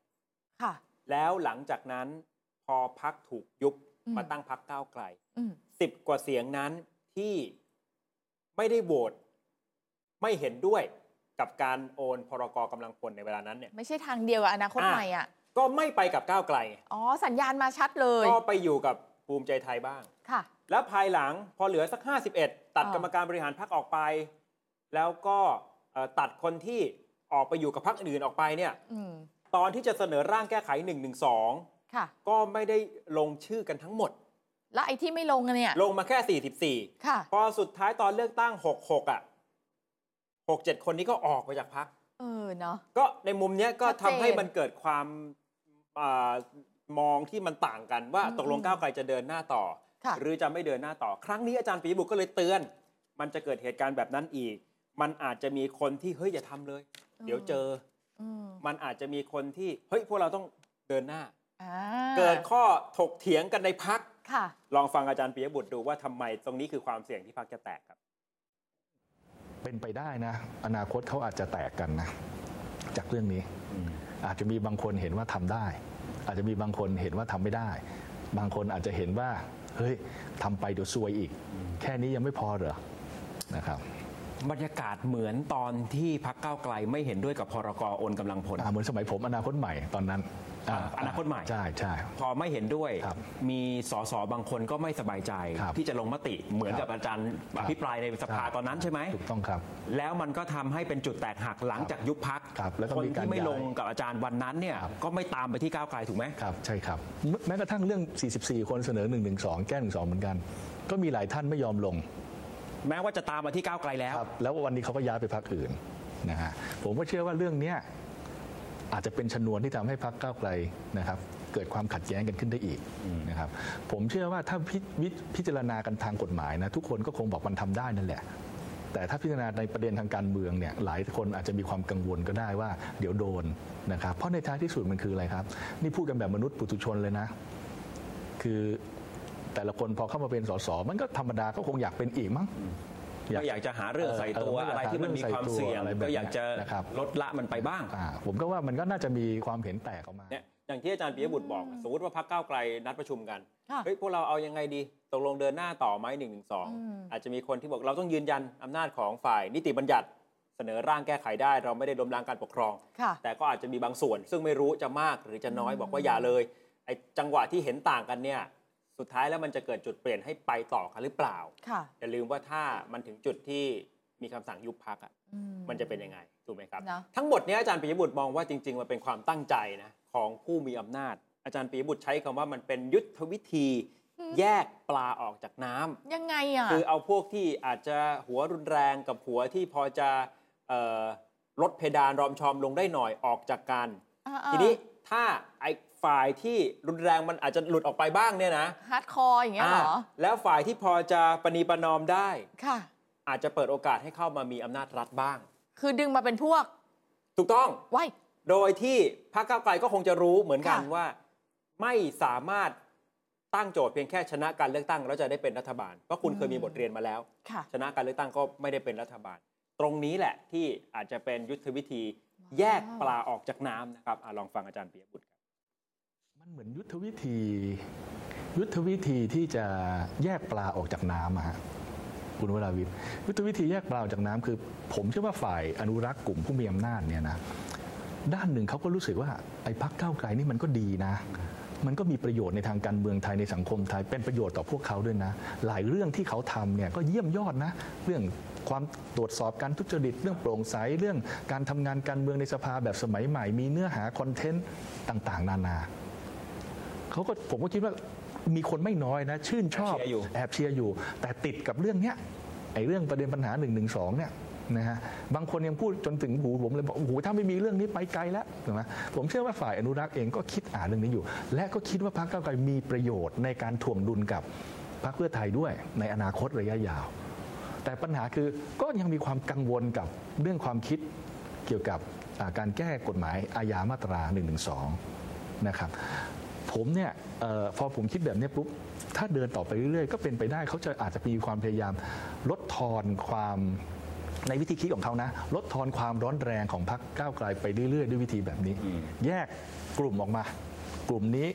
ค่ะ
แล้วหลังจากนั้นพอพักถูกยุบ
อืม
มาตั้งพักก้าวไกล
อืม
สิบกว่าเสียงนั้นที่ไม่ได้โหวตไม่เห็นด้วยกับการโอนพรกกำลังพลในเวลานั้นเนี่ย
ไม่ใช่ทางเดียวกับอนาคต
อ่า
ใหม่อะ
ก็ไม่ไปกับก้าวไกล
อ๋อ สัญญาณมาชัดเลย
ก็ไปอยู่กับภูมิใจไทยบ้าง
ค่ะ
แล้วภายหลังพอเหลือสัก 51 ตัด
อ่าก
รรมการบริหารพักออกไป แล้วก็เอ่อตัดคนที่ออกไปอยู่กับพักอื่นออกไปเนี่ย
ืม
ตอนที่จะเสนอร่างแก้ไข 1 1
ค่ะ
2 ก็ไม่ได้ลงชื่อกันทั้งหมด
แล้วไอ้ที่ไม่ลงอะเนี่ย
ลงมาแค่ 44
ค่ะ
พอสุดท้ายตอนเลือกตั้ง 66 อ่ะ 67 คนนี้ก็ออกไปจากพัก
เออเนาะ
ก็ในมุมเนี้ยก็
ชัด
ทำ
เจน
ให้มันเกิดความเอ่อมองที่มันต่างกันว่า
อืม
ตกลงก้าวไกลจะเดินหน้าต่อ
ค่ะ
หรือจะไม่เดินหน้าต่อ ครั้งนี้อาจารย์ปีบุกก็เลยเตือน มันจะเกิดเหตุการณ์แบบนั้นอีก มันอาจจะมีคนที่เฮ้ยอย่าทำเลย เดี๋ยวเจอ
อืม
มันอาจจะมีคนที่เฮ้ยพวกเราต้องเดินหน้า
อ่า
เกิดข้อถกเถียงกันในพัก
ค่ะ
ลองฟังอาจารย์ปิยบุตรดูว่าทำไมตรงนี้คือความเสี่ยงที่พักจะแตกครับ
เป็นไปได้นะ อนาคตเขาอาจจะแตกกันนะ จากเรื่องนี้ อาจจะมีบางคนเห็นว่าทำได้ อาจจะมีบางคนเห็นว่าทำไม่ได้ บางคนอาจจะเห็นว่าเฮ้ยทำไปเดี๋ยวซวยอีก แค่นี้ยังไม่พอเหรอนะครับ
บรรยากาศเหมือนตอนที่พักเก้าวไกลไม่เห็นด้วยกับพรกโอนกำลังพล
อ่าเหมือนสมัยผมอนาคตใหม่ตอนนั้น
อนาคตใหม่
ใช่ใช่
พอไม่เห็นด้วย
ครับ
มีสสบางคนก็ไม่สบายใจ
ครับ
ที่จะลงมติเหมือนกับ
ครับ
อาจารย์
ครั
อบ ภิปรายในสภาตอนนั้นใช่ไหม
ถูกต้องครับ
แล้วมันก็ทำให้เป็นจุดแตกหักหลังจากยุบพัก
ครับแล้วก็
คน
มีการ
ที่ไม่
ย้าย
ลงกับอาจารย์วันนั้นเนี่ย
ครับ
ก็ไม่ตามไปที่ก้าวไกลถูกไหม
ครับใช่ครับแมแม้กระทั่งเรื่อง 44 คนเสนอ 1 1 2 แก้ 1 2 เหมือนกัน ก็มีหลายท่านไม่ยอมลง
แม้ว่าจะตามมาที่ก้าวไกลแล้ว
ครับแล้ววันนี้เขาก็ย้ายไปพักอื่นนะฮะผมก็เชื่อว่าเรื่องเนี้ยอาจจะเป็นชนวนที่ทำให้พักก้าวไกลนะครับ เกิดความขัดแย้งกันขึ้นได้อีกนะครับผมเชื่อว่าถ้าพิพพิจารณากันทางกฎหมายนะทุกคนก็คงบอกมันทำได้นั่นแหละ แต่ถ้าพิจารณาในประเด็นทางการเมืองเนี่ยหลายคนอาจจะมีความกังวลก็ได้ว่าเดี๋ยวโดนนะครับเพราะในท้ายที่สุดมันคืออะไรครับ นี่พูดกันแบบมนุษย์ปุถุชนเลยนะ คือแต่ละคนพอเข้ามาเป็นสสมันก็ธรรมดาก็คงอยากเป็นอีกมั้ง
ก็อยากจะหาเรื่องใส่ตัว
เออเออ
อะไรที่มันมีความเสี่ยง
อะไรแบบเนี้ย
ก็อยากจะ
นะครับ
ลดละมันไปบ้าง
อ่าผมก็ว่ามันก็น่าจะมีความเห็นแตกออกมา
เนี่ยอย่างที่อาจารย์ปิยบุตรบอกสมมติว่าพักก้าวไกลนัดประชุมกัน
ค่ะ
เฮ้ยพวกเราเอายังไงดีตกลงเดินหน้าต่อไหมหนึ่งหนึ่งสองอาจจะมีคนที่บอกเราต้องยืนยันอำนาจของฝ่ายนิติบัญญัติ เสนอร่างแก้ไขได้ เราไม่ได้ล้มล้างการปกครอง
ค่ะ
แต่ก็อาจจะมีบางส่วน ซึ่งไม่รู้จะมากหรือจะน้อยบอกว่าอย่าเลยไอ้จังหวะที่เห็นต่างกันเนี่ยสุดท้ายแล้วมันจะเกิดจุดเปลี่ยนให้ไปต่อกันหรือเปล่า
ค่ะ
อย่าลืมว่าถ้ามันถึงจุดที่มีคำสั่งยุบพักอะ
อื
มันจะเป็นยังไงถูกไหมครับ
เนาะ
ทั้งหมดเนี้ยอาจารย์ปิยบุตรมองว่าจริง ๆ มันเป็นความตั้งใจนะของผู้มีอำนาจ อาจารย์ปิยบุตรใช้คำว่ามันเป็นยุทธวิธี
อืม
แยกปลาออกจากน้ำ
ยังไงอ่ะ
คือเอาพวกที่อาจจะหัวรุนแรงกับหัวที่พอจะเอ่อลดเพดานรอมชอมลงได้หน่อยออกจากกัน ทีนี้ถ้าไอ้ฝ่ายที่รุนแรงมันอาจจะหลุดออกไปบ้างเนี่ยนะ
ฮาร์ดคอร์อย่างเงี้ยเหรอ
าแล้วฝ่ายที่พอจะปณีประนอมได้
ค่ะ
อาจจะเปิดโอกาสให้เข้ามามีอำนาจรัฐบ้าง
คือดึงมาเป็นพวก
ถูกต้อง
ไว้
โดยที่พรรคก้าวไกลก็คงจะรู้เหมือนกัน
ค่ะ
ว่า ไม่สามารถตั้งโจทย์เพียงแค่ชนะการเลือกตั้งแล้วจะได้เป็นรัฐบาล เพราะคุณเคยมีบทเรียนมาแล้ว
ค่ะ
ชนะการเลือกตั้งก็ไม่ได้เป็นรัฐบาล ตรงนี้แหละที่อาจจะเป็นยุทธวิธีแยกปลาออกจากน้ำนะครับอะลองฟังอาจารย์ปิยบุตรครับ
มันเหมือนยุทธวิธี ยุทธวิธีที่จะแยกปลาออกจากน้ำอะฮะคุณวราวิทย์ยุทธวิธีแยกปลาออกจากน้ำคือ ผมเชื่อว่าฝ่ายอนุรักษ์กลุ่มผู้มีอำนาจเนี่ยนะด้านหนึ่งเขาก็รู้สึกว่าไอ้พักเก้าวไกลนี่มันก็ดีนะ มันก็มีประโยชน์ในทางการเมืองไทยในสังคมไทยเป็นประโยชน์ต่อพวกเขาด้วยนะ หลายเรื่องที่เขาทำเนี่ยก็เยี่ยมยอดนะ เรื่องความตรวจสอบการทุจริตเรื่องโปร่งใสเรื่องการทำงานการเมืองในสภาแบบสมัยใหม่ มีเนื้อหาคอนเทนต์ต่าง ๆ นานา เขาก็ผมก็คิดว่ามีคนไม่น้อยนะ ชื่นชอบ
แอบเชียร์อยู่
แอบเชียร์อยู่ แต่ติดกับเรื่องเนี้ยไอ้เรื่องประเด็นปัญหา1นึเนี่ยนะฮะบางคนยังพูดจนถึงหูผมเลยบอกโอ้โหถ้าไม่มีเรื่องนี้ไปไกลแล้วถูกไหมผมเชื่อว่าฝ่ายอนุรักษ์เองก็คิดอ่านเรื่องนี้อยู่ และก็คิดว่าพรรคก้าวไกลมีประโยชน์ในการถ่วงดุลกับพรรคเพื่อไทยด้วยในอนาคตระยะยาว แต่ปัญหาคือก็ยังมีความกังวลกับเรื่องความคิดเกี่ยวกับอ่าการแก้กฎหมายอาญามาตรา1นึนะครับ ผมเนี่ยเออพอผมคิดแบบเนี้ยปุ๊บถ้าเดินต่อไปเรื่อยๆ ก็เป็นไปได้เขาจะอาจจะมีความพยายาม ลดทอนความในวิธีคิดของเขานะ ลดทอนความร้อนแรงของพรรคก้าวไกลไปเรื่อยๆ ด้วยวิธีแบบนี้ แยกกลุ่มออกมา กลุ่มนี้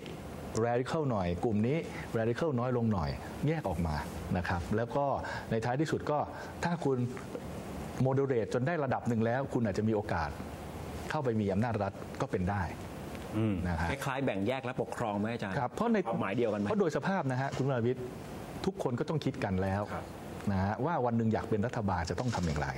radical หน่อย กลุ่มนี้ radical น้อยลงหน่อย แยกออกมานะครับ แล้วก็ในท้ายที่สุดก็ถ้าคุณ moderate จนได้ระดับหนึ่งแล้ว คุณอาจจะมีโอกาส เข้าไปมีอำนาจรัฐก็เป็นได้
อืม
นะครับ
คล้ายๆแบ่งแยกและปกครองไหมอาจารย์
ครับเพราะใน
ความหมายเดียวกันไหม
เพราะโดยสภาพนะฮะคุณวราวิทย์ทุกคนก็ต้องคิดกันแล้วนะฮะว่าวันหนึ่งอยากเป็นรัฐบาลจะต้องทำอย่างไร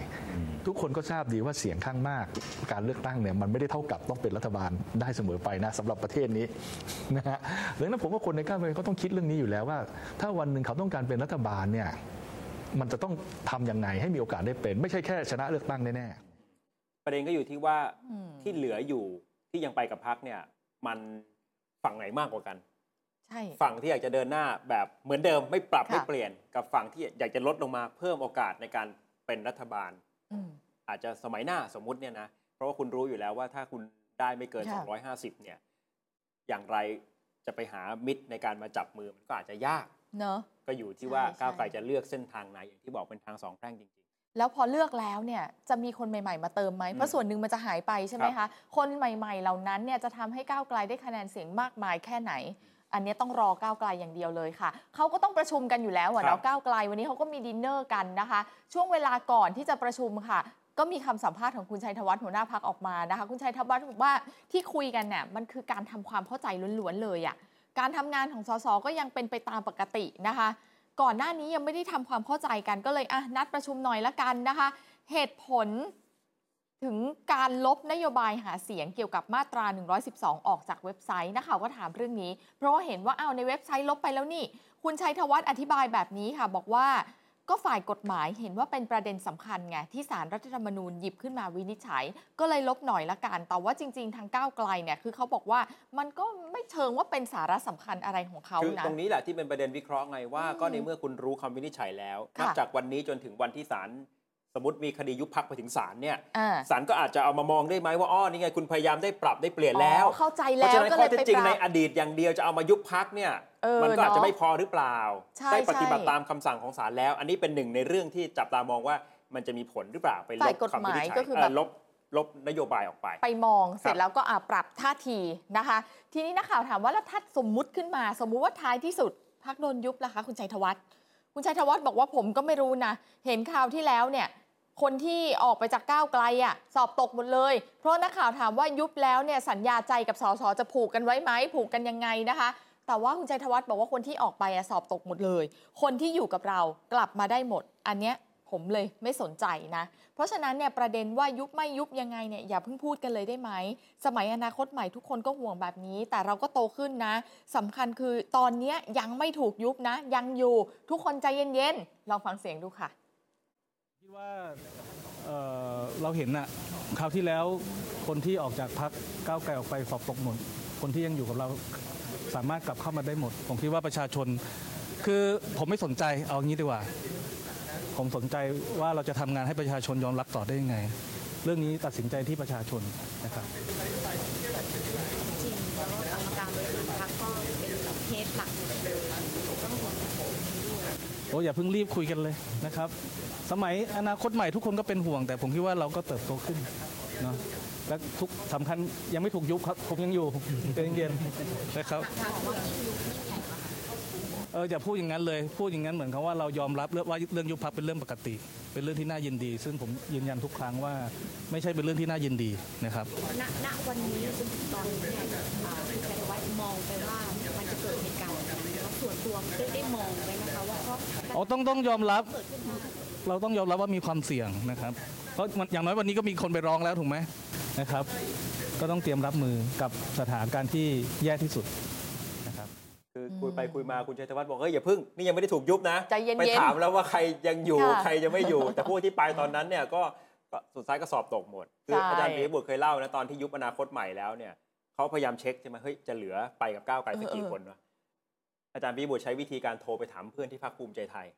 ทุกคนก็ทราบดีว่าเสียงข้างมาก การเลือกตั้งเนี่ยมันไม่ได้เท่ากับต้องเป็นรัฐบาลได้เสมอไปนะสำหรับประเทศนี้ นะฮะดังนั้นผมว่าคนในก้าวไกลก็ต้องคิดเรื่องนี้อยู่แล้วว่า ถ้าวันหนึ่งเขาต้องการเป็นรัฐบาลเนี่ยมันจะต้องทำยังไงให้มีโอกาสได้เป็น ไม่ใช่แค่ชนะเลือกตั้งแน่ๆ
ประเด็นก็อยู่ที่ว่า
อืม
ที่เหลืออยู่ที่ยังไปกับพักเนี่ย มันฝั่งไหนมากกว่ากัน
ใช่
ฝั่งที่อยากจะเดินหน้าแบบเหมือนเดิมไม่ปรับ
ค่ะ
ไม่เปลี่ยนกับฝั่งที่อยากจะลดลงมาเพิ่มโอกาสในการเป็นรัฐบาล
อืม
อาจจะสมัยหน้าสมมุติเนี่ยนะเพราะว่าคุณรู้อยู่แล้วว่าถ้าคุณได้ไม่เกิน
ค่ะ
250 เนี่ย อย่างไรจะไปหามิตรในการมาจับมือมันก็อาจจะยาก
เนอะ
ก็อยู่ที่
ใช่
ว่า
ใช่
ก้าวไกลจะเลือกเส้นทางไหนอย่างที่บอกเป็นทางสองแพร่งจริง
แล้วพอเลือกแล้วเนี่ยจะมีคนใหม่ ๆ มาเติมไหมเพราะส่วนหนึ่งมันจะหายไปใช่ไหม
ครั
คะ
บ
คนใหม่ ๆ เหล่านั้นเนี่ยจะทำให้ก้าวไกลได้คะแนนเสียงมากมายแค่ไหน อันเนี้ยต้องรอก้าวไกลอย่างเดียวเลยค่ะเขาก็ต้องประชุมกันอยู่แล้วอะเนาะก้าวไกลวันนี้เขาก็มีดินเนอร์กันนะคะ ช่วงเวลาก่อนที่จะประชุมค่ะ ก็มีคำสัมภาษณ์ของคุณชัยธวัฒน์หัวหน้าพักออกมานะคะ คุณชัยธวัฒน์บอกว่าที่คุยกันเนี่ยมันคือการทำความเข้าใจล้วนๆเลยอะการทำงานของสสก็ยังเป็นไปตามปกตินะคะ ก่อนหน้านี้ยังไม่ได้ทำความเข้าใจกันก็เลยอ่ะนัดประชุมหน่อยละกันนะคะ เหตุผลถึงการลบนโยบายหาเสียงเกี่ยวกับมาตรา 112 ออกจากเว็บไซต์นักข่าวก็ถามเรื่องนี้ เพราะว่าเห็นว่าอ้าวในเว็บไซต์ลบไปแล้วนี่ คุณชัยธวัฒน์อธิบายแบบนี้ค่ะ บอกว่าก็ฝ่ายกฎหมายเห็นว่าเป็นประเด็นสำคัญไงที่สารรัฐธรรมนูญหยิบขึ้นมาวินิจฉัย ก็เลยลบหน่อยละกันแต่ว่าจริง ๆ ทางก้าวไกลเนี่ยคือเขาบอกว่ามันก็ไม่เชิงว่าเป็นสาระสำคัญอะไรของเขา
ๆ คือ
นะ
ตรงนี้แหละที่เป็นประเด็นวิเคราะห์ไงว่า
อืม
ก็ในเมื่อคุณรู้คำวินิจฉัยแล้ว
ค่ะ
นับจากวันนี้จนถึงวันที่ศาลสมมติมีคดียุบพักไปถึงศาลเนี่ย
อ่า
ศาลก็อาจจะเอามามองได้ไหมว่าอ้อนี่ไงคุณพยายามได้ปรับได้เปลี่ยนแล้ว
อ๋อเข้าใจ
เพ
แล้
ราะฉะ
ว
นั้น
ก็
ข้
เล
อย เท็จ
ไป
จริง
ป
ใน
รับ
อดีตอย่างเดียวจะเอามายุบพักเนี่ย
เออ
มัก็อาจจะ
เนอะ
ไม่พอหรือเปล่า
ใช่
ได้ปฏิบัติ
ใช่
ตามคำสั่งของศาลแล้ว อันนี้เป็นหนึ่งในเรื่องที่จับตามองว่ามันจะมีผลหรือเปล่าไปล
ฝ่าย
บ
กฎ
คำ
ห
วิ
มา
นิ
ย
จฉัย
ก็คือ
เอ่
แบ
อบ ลบลบนโยบายออกไป
ไปมองเสร็
ครั
จ
บ
แล้วก็อะปรับท่าทีนะคะ ทีนี้นักข่าวถามว่าแล้วถ้าสมมุติขึ้นมา สมมุติว่าท้ายที่สุดพักโดนยุบล่ะคะ คุณชัยธวัฒน์คุณชัยธวัฒน์บอกว่าผมก็ไม่รู้นะ เห็นข่าวที่แล้วเนี่ย คนที่ออกไปจากก้าวไกลอ่ะสอบตกหมดเลย เพราะนักข่าวถามว่ายุบแล้วเนี่ยสัญญาใจกับสสจะผูกกันไว้ไหมผูกกันยังไงนะคะ แต่ว่าคุณชัยธวัฒน์บอกว่าคนที่ออกไปอะสอบตกหมดเลย คนที่อยู่กับเรากลับมาได้หมด อันเนี้ยผมเลยไม่สนใจนะ เพราะฉะนั้นเนี่ยประเด็นว่ายุบไม่ยุบยังไงเนี่ยอย่าเพิ่งพูดกันเลยได้ไหม สมัยอนาคตใหม่ทุกคนก็ห่วงแบบนี้ แต่เราก็โตขึ้นนะสำคัญคือตอนเนี้ยยังไม่ถูกยุบนะ ยังอยู่ทุกคนใจเย็นๆ ลองฟังเสียงดูค่ะ
คิดว่าเอ่อเราเห็นอะคราวที่แล้วคนที่ออกจากพักก้าวไกลออกไปสอบตกหมดคนที่ยังอยู่กับเราสามารถกลับเข้ามาได้หมด ผมคิดว่าประชาชน คือผมไม่สนใจเอางี้ดีกว่า ผมสนใจว่าเราจะทำงานให้ประชาชนยอมรับต่อได้ยังไง เรื่องนี้ตัดสินใจที่ประชาชนนะครับ
จริงแล้วกรรมการบริหารพรรคก็เป็นแบบเฮดหลักอยู่เลยต้องห่วงผมด้วย
โอ้อย่าเพิ่งรีบคุยกันเลยนะครับ สมัยอนาคตใหม่ทุกคนก็เป็นห่วง แต่ผมคิดว่าเราก็เติบโตขึ้นเนาะและทุกสำคัญยังไม่ถูกยุบครับ ผมยังอยู่ ใจเย็นๆนะครับเอออย่าพูดอย่างนั้นเลย พูดอย่างนั้นเหมือนกับว่าเรายอมรับเรื่องว่าเรื่องยุบพักเป็นเรื่องปกติ เป็นเรื่องที่น่ายินดี ซึ่งผมยืนยันทุกครั้งว่า ไม่ใช่เป็นเรื่องที่น่ายินดีนะครับ
ณ ณ วันนี้จนถึงตอนนี้เนี่ยอ่าคุณชัยธวัฒน์มองไปว่ามันจะเกิดเหตุการณ์แบบนั้นแล้วส่วนตัวได้ได้มองไว้นะคะว่าเพราะ
อ๋อต้องต้องยอมรับ
เกิดขึ้นมา
เราต้องยอมรับว่ามีความเสี่ยงนะครับ เพราะมันอย่างน้อยวันนี้ก็มีคนไปร้องแล้วถูกไหมนะครับ ก็ต้องเตรียมรับมือกับสถานการณ์ที่แย่ที่สุดนะครับ
คืออ
ม
คุยไปคุยมาคุณชัยธวัฒน์บอกเฮ้ยอย่าพึ่งนี่ยังไม่ได้ถูกยุบนะ
ใจเย็นๆ
ไปถามแล้วว่าใครยังอยู่
ค่ะ
ใครยังไม่อยู่ แต่พวกที่ไปตอนนั้นเนี่ยก็ก็สุดท้ายก็สอบตกหมดคือ
ใช่
อาจารย์ปียบุตรเคยเล่านะตอนที่ยุบอนาคตใหม่แล้วเนี่ยเขาพยายามเช็คใช่ไหมเฮ้ยจะเหลือไปกับก้าวไกลสักกี่คนวะอาจารย์ปียบุตรใช้วิธีการโทรไปถามเพื่อนที่พรรคภูมิใจไทย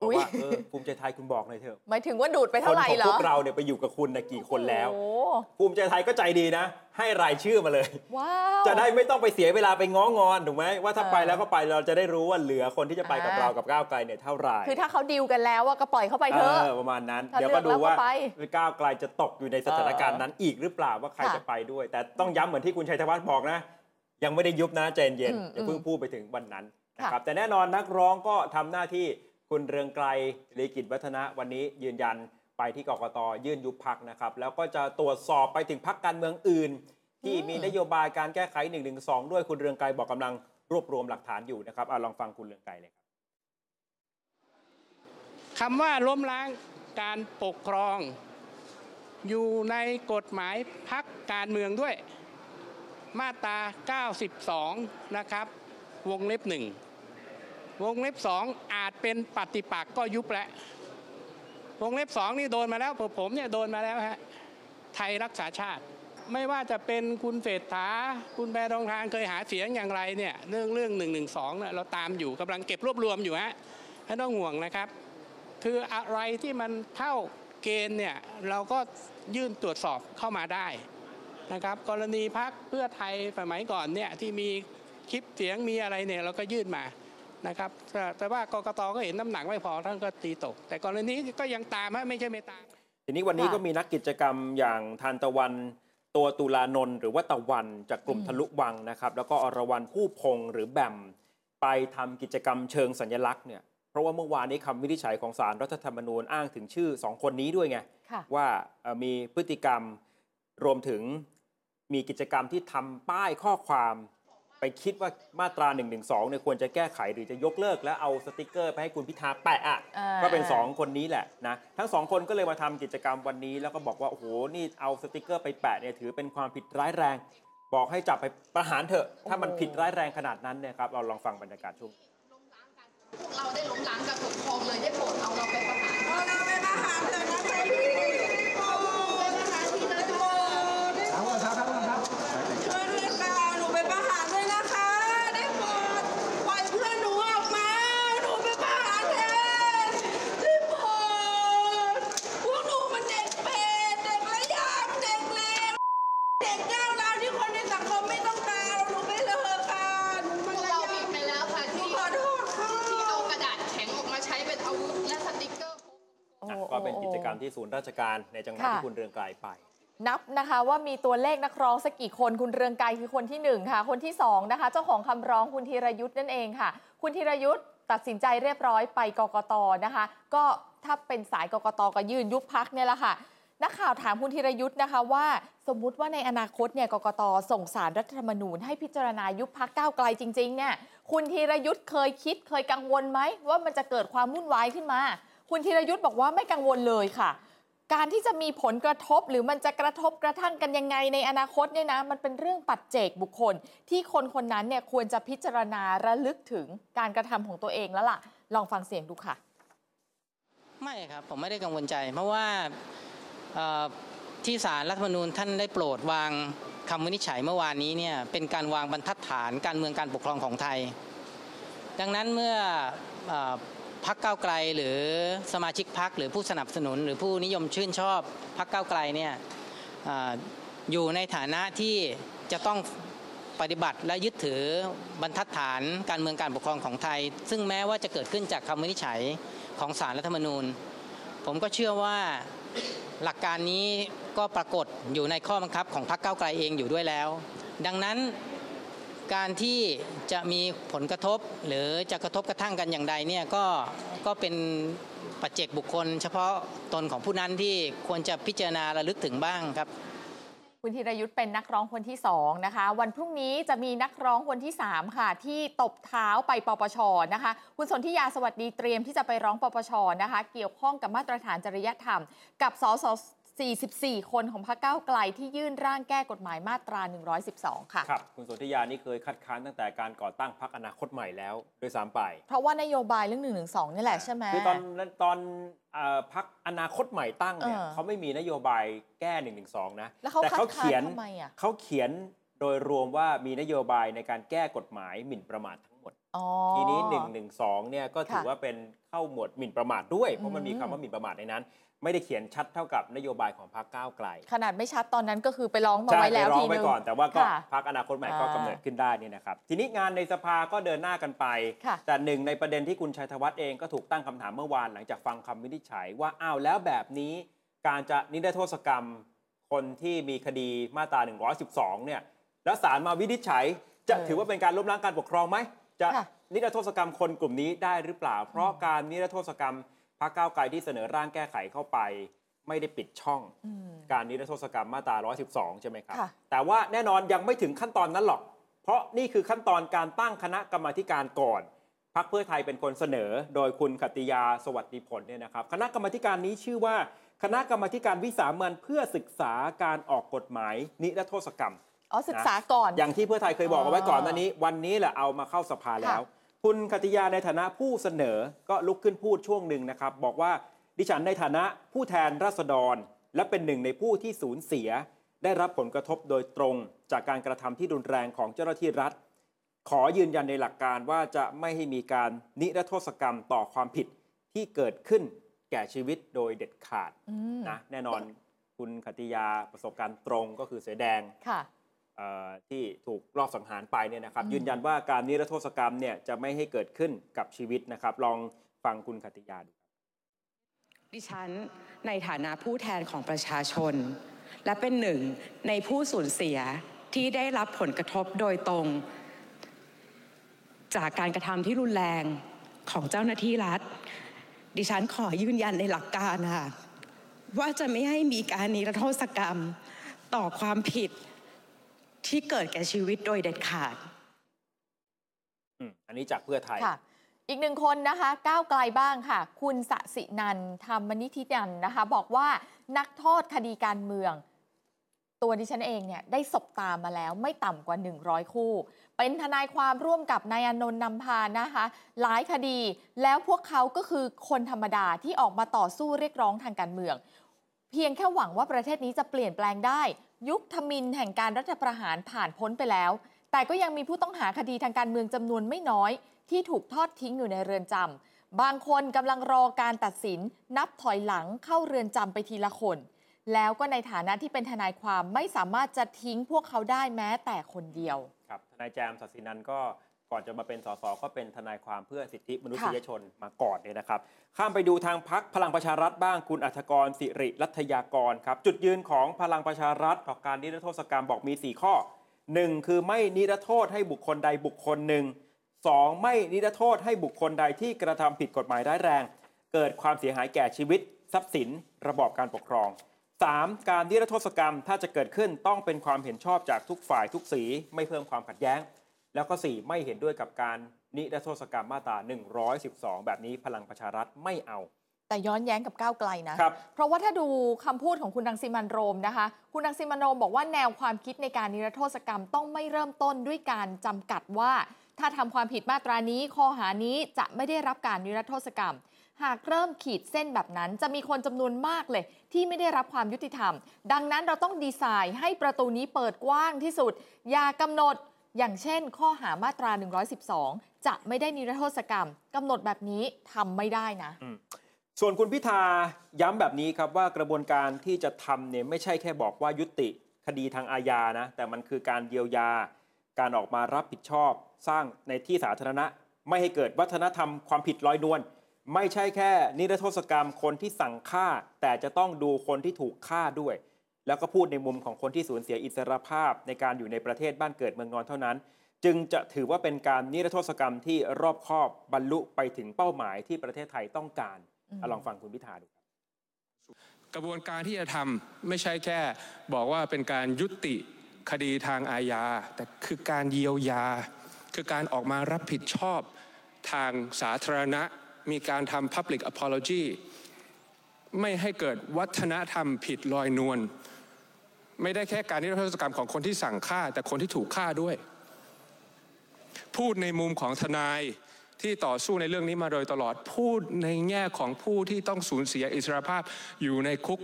บอกว่าเออภูมิใจไทยคุณบอกหน่อยเถอะ
หมายถึงว่าดูดไป
ค
เท่าน ไหร่
ของ
เหร
พ
อ
วกเราเนี่ยไปอยู่กับคุณนะกี่คนแล้ว
โอ้โ
ภูมิใจไทยก็ใจดีนะ ให้รายชื่อมาเลย
หว้าว
จะได้ไม่ต้องไปเสียเวลาไปง้องอนถูกไหมว่าถ้าไปแล้วก็ไปเราจะได้รู้ว่าเหลือคนที่จะไปกับเรากับก้าวไกลเนี่ยเท่าไหร่
คือถ้าเขาดิวกันแล้วอะก็ปล่อยเขาไปเถอะ
เออประมาณนั้น
ถ้า
เดี๋ยวก็ดู
เลือกแล้ว
ว่า
ก็ไป
ก้าวไกลจะตกอยู่ในสถานการณ์นั้นอีกหรือเปล่าว่าใคร
ค่ะ
จะไปด้วย แต่ต้องย้ำเหมือนที่คุณชัยธวัฒน์บอกนะ ยังไม่ได้ยุบนะใจเย็น
อืม
ๆอย่าเพิ่งพูดไปถึงวันนั้นนะ
ค่ะ
ครับแต่แน่นอนนักร้องก็ทำหน้าที่คุณเรืองไกลลีกิจวัฒนะวันนี้ยืนยันไปที่กกตยื่นยุบพักนะครับแล้วก็จะตรวจสอบไปถึงพักการเมืองอื่น ที่มีนโยบายการแก้ไข1นึด้วยคุณเรืองไกรบอกกำลังรวบรวมหลักฐานอยู่นะครับอะลองฟังคุณเรืองไกรเลยครับ
คำว่าล้มล้างการปกครอง อยู่ในกฎหมายพักการเมืองด้วย มาตรา 92 นะครับ วงเล็บหนึ่งวงเล็บสองอาจเป็นปฏิปักษ์ก็ยุบแล้ว วงเล็บสองนี่โดนมาแล้วผมผมเนี่ยโดนมาแล้วฮะไทยรักษาชาติ ไม่ว่าจะเป็นคุณเศรษฐา คุณแพรทองทานเคยหาเสียงอย่างไรเนี่ยเรื่องเรื่องหนึ่งหนึ่งสองเนี่ยเราตามอยู่กำลังเก็บรวบรวมอยู่ฮะไม่ต้องห่วงนะครับ คืออะไรที่มันเข้าเกณฑ์เนี่ยเราก็ยื่นตรวจสอบเข้ามาได้นะครับ กรณีพักเพื่อไทยสมัยก่อนเนี่ยที่มีคลิปเสียงมีอะไรเนี่ยเราก็ยื่นมานะครับแต่แต่ว่ากกตก็เห็นน้ำหนักไม่พอท่านก็ตีตก แต่กรณีก็ยังตามฮะไม่ใช่ไม่ตาม
ทีนี้วันนี้
ค่ะ
ก็มีนักกิจกรรมอย่างทานตะวันตัวตุลานนท์หรือว่าตะวันจากกลุ่ม
อืม
ทะลุวังนะครับ แล้วก็อรวรรณผู้พงษ์หรือแบมไปทำกิจกรรมเชิงสัญลักษณ์เนี่ยเพราะว่าเมื่อวานนี้คำวินิจฉัยของสารรัฐธรรมนูญอ้างถึงชื่อสองคนนี้ด้วยไง
ค่ะ
ว่าเอ่อมีพฤติกรรมรวมถึงมีกิจกรรมที่ทำป้ายข้อความ ไปคิดว่ามาตรา1นึเนี่ยควรจะแก้ไขหรือจะยกเลิก แล้วเอาสติกเกอร์ไปให้คุณพิธาแปะอ่ะ
อ่า
ก็เป็น 2 คนนี้แหละนะทั้งสองคนก็เลยมาทำกิจกรรมวันนี้ แล้วก็บอกว่า โอ้โห นี่เอาสติกเกอร์ไปแปะเนี่ยถือเป็นความผิดร้ายแรง บอกให้จับไปประหารเถอะ ถ้ามันผิดร้ายแรงขนาดนั้นเนี่ยครับเราลองฟังบรรยากาศช่วง
เราได้ล้มล้างการปกครองเลยได้โปรดเอาเราไปประหารเอาเราไปประหารเถอะนะคะพี่โอ้ไปประหารพี่นะทุกคนได้โปรดช่วยด้วยค่ะหนูไปประหารด้วยนะคะ ได้โปรดปล่อยเพื่อนหนูออกมาหนูไปประหารเถอะได้โปรดพวกหนูมันเด็กเปรตเด็กระยำเด็กเลว เด็กก้าวร้าวที่คนในสังคมไม่ต้องการหนูไม่เลอะค่ะหนูมันเราผิดไปแล้วค่ะที่ขอโทษค่ะที่เอากระดาษแข็งออกมาใช้เป็นอาวุธและสติกเกอร์
โอ้
อ่ะ
โอ้
ก็เป็นกิจกรรม
โอ้
ที่ศูนย์ราชการในจังหวัด
ค่ะ
ที่คุณเรืองไกลไป
นับนะคะว่ามีตัวเลขนักร้องสักกี่คนคุณเรืองไกรคือคนที่หนึ่งค่ะ คนที่สองนะคะ เจ้าของคำร้องคุณธีรยุทธ์นั่นเองค่ะ คุณธีรยุทธ์ตัดสินใจเรียบร้อยไปกกตนะคะ ก็ถ้าเป็นสายกกตก็ยื่นยุบพักเนี่ยแหละค่ะ นักข่าวถามคุณธีรยุทธ์นะคะว่า สมมุติว่าในอนาคตเนี่ยกกตส่งสารรัฐธรรมนูญให้พิจารณายุบพักก้าวไกลจริงๆเนี่ยคุณธีรยุทธ์เคยคิดเคยกังวลไหมว่ามันจะเกิดความวุ่นวายขึ้นมา คุณธีรยุทธ์บอกว่าไม่กังวลเลยค่ะ การที่จะมีผลกระทบหรือมันจะกระทบกระทั่งกันยังไงในอนาคตเนี่ยนะมันเป็นเรื่องปัจเจกบุคคล ที่คนคนนั้นเนี่ยควรจะพิจารณาระลึกถึงการกระทำของตัวเองแล้วล่ะ ลองฟังเสียงดูค่ะ
ไม่ครับ ผมไม่ได้กังวลใจ เพราะว่าเอ่อที่สารรัฐธรรมนูญท่านได้โปรดวางคำวินิจฉัยเมื่อวานนี้เนี่ยเป็นการวางบรรทัดฐานการเมืองการปกครองของไทย ดังนั้นเมื่อเออพักเก้าวไกลหรือสมาชิกพักหรือผู้สนับสนุน หรือผู้นิยมชื่นชอบพักเก้าวไกลเนี่ยเอออยู่ในฐานะที่จะต้องปฏิบัติและยึดถือบรรทัดฐานการเมืองการปกครองของไทย ซึ่งแม้ว่าจะเกิดขึ้นจากคำวินิจฉัย ของสารรัฐธรรมนูญ ผมก็เชื่อว่าหลักการนี้ก็ปรากฏอยู่ในข้อบังคับของพรรคก้าวไกลเองอยู่ด้วยแล้ว ดังนั้นการที่จะมีผลกระทบหรือจะกระทบกระทั่งกันอย่างใดเนี่ยก็ก็เป็นปัจเจกบุคคล เฉพาะตนของผู้นั้นที่ควรจะพิจารณาระลึกถึงบ้างครับ
คุณธีรยุทธ์เป็นนักร้องคนที่สองนะคะ วันพรุ่งนี้จะมีนักร้องคนที่สามค่ะ ที่ตบเท้าไปปปชนะคะ คุณสนธิยาสวัสดีเตรียมที่จะไปร้องปปชนะคะ เกี่ยวข้องกับมาตรฐานจริยธรรม กับสส44 คนของพรรคก้าวไกลที่ยื่นร่างแก้กฎหมายมาตรา 112 ค่ะ
ครับคุณสนธิยานี่เคยคัดค้านตั้งแต่การก่อตั้งพรรคอนาคตใหม่แล้วด้วยซ้ำไป
เพราะว่านโยบายเรื่อง1นึนี่แหละใช่ไหม
คือตอนนั้นตอนเอ่อพรรคอนาคตใหม่ตั้งเนี่ย
เออ
เขาไม่มีนโยบายแก้1นึนะ
แล้วเขา
เขาเขี
คัดค้าน
น
ทำไมอ่ะ
เขาเขียนโดยรวมว่ามีนโยบายในการแก้กฎหมายหมิ่นประมาททั้งหมด
อ๋อ
ทีนี้1นึเนี่ยก็ถือ
ค่ะ
ว่าเป็นเข้าหมวดหมิ่นประมาทด้วย เพราะมันมี
อืม
คำว่าหมิ่นประมาทในนั้น ไม่ได้เขียนชัดเท่ากับนโยบายของพรรคก้าวไกล
ขนาดไม่ชัดตอนนั้นก็คือไปร้องมา
ใช่
ไว้แล้ว
ปร้อ
ที
งไว้
นึง
ก่อนแต่ว่าก็
ค่ะ
พักอนาคตใหม่
อ่าก
ก็ำเนิดขึ้นได้นี่นะครับ ทีนี้งานในสภาก็เดินหน้ากันไป
ค่ะ
แต่หนึ่งในประเด็นที่คุณชัยธวัฒน์เองก็ถูกตั้งคำถามเมื่อวานหลังจากฟังคำวินิจฉัยว่าอ้าวแล้วแบบนี้ การจะนิรโทษกรรม คนที่มีคดีมาตรา 112 เนี่ยแล้วศาลมาวินิจฉัย จะถือว่าเป็นการล้มล้างการปกครองไหมจะ
ค่ะ
นิรโทษกรรมคนกลุ่มนี้ได้หรือเปล่า เพราะการนิรโทษกรรมพรรคก้าวไกลที่เสนอร่างแก้ไขเข้าไป ไม่ได้ปิดช่อง
อืม
การนิรโทษกรรมมาตรา 112 ใช่ไหมครับ
ค่ะ
แต่ว่าแน่นอนยังไม่ถึงขั้นตอนนั้นหรอก เพราะนี่คือขั้นตอนการตั้งคณะกรรมาธิการก่อน พักเพื่อไทยเป็นคนเสนอ โดยคุณขตติยาสวัสดิผลเนี่ยนะครับ คณะกรรมาธิการนี้ชื่อว่า คณะกรรมาธิการวิสามันเพื่อศึกษาการออกกฎหมายนิรโทษกรรม
อ๋อศึกษาก่อน
อย่างที่เพื่อไทยเคยบอกเอาไว้ก่อนหน้านี้ วันนี้แหละเอามาเข้าสภาแล้ว คุณคติยาในฐานะผู้เสนอก็ลุกขึ้นพูดช่วงหนึ่งนะครับ บอกว่าดิฉันในฐานะผู้แทนราษฎร และเป็นหนึ่งในผู้ที่สูญเสีย ได้รับผลกระทบโดยตรง จากการกระทำที่รุนแรงของเจ้าหน้าที่รัฐ ขอยืนยันในหลักการว่าจะไม่ให้มีการนิรโทษกรรมต่อความผิดที่เกิดขึ้นแก่ชีวิตโดยเด็ดขาด
อืม
นะแน่นอนคุณคติยาประสบการณ์ตรงก็คือเสือแดง
ค่ะ
เอ่อที่ถูกรอบสังหารไปเนี่ยนะครับ
อืม
ยืนยันว่าการนิรโทษกรรมเนี่ยจะไม่ให้เกิดขึ้นกับชีวิตนะครับ ลองฟังคุณขติยาดู
ดิฉันในฐานะผู้แทนของประชาชน และเป็นหนึ่งในผู้สูญเสียที่ได้รับผลกระทบโดยตรง จากการกระทำที่รุนแรงของเจ้าหน้าที่รัฐ ดิฉันขอยืนยันในหลักการค่ะว่าจะไม่ให้มีการนิรโทษกรรมต่อความผิดที่เกิดแก่ชีวิตโดยเด็ดขาด
อืมอันนี้จากเพื่อไทย
ค่ะ อีกหนึ่งคนนะคะ ก้าวไกลบ้างค่ะ คุณสสินันท์ธรรมนิธินันท์นะคะ บอกว่านักโทษคดีการเมือง ตัวดิฉันเองเนี่ยได้สบตามมาแล้วไม่ต่ำกว่า 100 คู่ เป็นทนายความร่วมกับนายอานนท์นำพานะคะ หลายคดีแล้วพวกเขาก็คือคนธรรมดาที่ออกมาต่อสู้เรียกร้องทางการเมือง เพียงแค่หวังว่าประเทศนี้จะเปลี่ยนแปลงได้ ยุคทมินแห่งการรัฐประหารผ่านพ้นไปแล้ว แต่ก็ยังมีผู้ต้องหาคดีทางการเมืองจำนวนไม่น้อย ที่ถูกทอดทิ้งอยู่ในเรือนจำบางคนกำลังรอการตัดสิน นับถอยหลังเข้าเรือนจำไปทีละคน แล้วก็ในฐานะที่เป็นทนายความไม่สามารถจะทิ้งพวกเขาได้แม้แต่คนเดียว
ครับทนายแจมสัสินันท์ก็ก่อนจะมาเป็นสสก็เป็นทนายความเพื่อสิทธิมนุษยชนมาก่อนเนี่ยนะครับ ข้ามไปดูทางพักพลังประชารัฐบ้างคุณอัธกรสิริรัตยากรครับ จุดยืนของพลังประชารัฐต่อการนิรโทษกรรมบอกมี 4 ข้อ 1. คือไม่นิรโทษให้บุคคลใดบุคคลหนึ่ง 2. ไม่นิรโทษให้บุคคลใดที่กระทำผิดกฎหมายร้ายแรง เกิดความเสียหายแก่ชีวิต ทรัพย์สิน ระบอบการปกครอง 3. การนิรโทษกรรมถ้าจะเกิดขึ้นต้องเป็นความเห็นชอบจากทุกฝ่ายทุกสี ไม่เพิ่มความขัดแย้ง แล้วก็ 4 ไม่เห็นด้วยกับการนิรโทษกรรมมาตรา 112 แบบนี้พลังประชารัฐไม่เอา
แต่ย้อนแย้งกับก้าวไกลนะ
ครับ
เพราะว่าถ้าดูคำพูดของคุณดังสิมันโรมนะคะ คุณดังสิมันโรมบอกว่าแนวความคิดในการนิรโทษกรรมต้องไม่เริ่มต้นด้วยการจำกัดว่า ถ้าทำความผิดมาตรานี้ข้อหานี้จะไม่ได้รับการนิรโทษกรรม หากเริ่มขีดเส้นแบบนั้น จะมีคนจำนวนมากเลย ที่ไม่ได้รับความยุติธรรม ดังนั้นเราต้องดีไซน์ให้ประตูนี้เปิดกว้างที่สุด อย่ากำหนด อย่างเช่น ข้อหามาตรา 112 จะไม่ได้นิรโทษกรรมกำหนดแบบนี้ทำไม่ได้นะ
ส่วนคุณพิธาย้ำแบบนี้ครับว่ากระบวนการที่จะทำเนี่ยไม่ใช่แค่บอกว่ายุติคดีทางอาญานะ แต่มันคือการเยียวยา การออกมารับผิดชอบ สร้างในที่สาธารณะ ไม่ให้เกิดวัฒนธรรมความผิดลอยนวลไม่ใช่แค่นิรโทษกรรมคนที่สั่งฆ่า แต่จะต้องดูคนที่ถูกฆ่าด้วย แล้วก็พูดในมุมของคนที่สูญเสียอิสรภาพในการอยู่ในประเทศบ้านเกิดเมืองนอนเท่านั้น จึงจะถือว่าเป็นการนิรโทษกรรมที่รอบคอบบรรลุไปถึงเป้าหมายที่ประเทศไทยต้องการ
อืม
อะลองฟังคุณพิธาดู
กระบวนการที่จะทำไม่ใช่แค่บอกว่าเป็นการยุติคดีทางอาญา แต่คือการเยียวยา คือการออกมารับผิดชอบทางสาธารณะ มีการทำ Public Apology ไม่ให้เกิดวัฒนธรรมผิดลอยนวลไม่ได้แค่การนิรโทษกรรมของคนที่สั่งฆ่า แต่คนที่ถูกฆ่าด้วย พูดในมุมของทนายที่ต่อสู้ในเรื่องนี้มาโดยตลอด พูดในแง่ของผู้ที่ต้องสูญเสียอิสรภาพอยู่ในคุก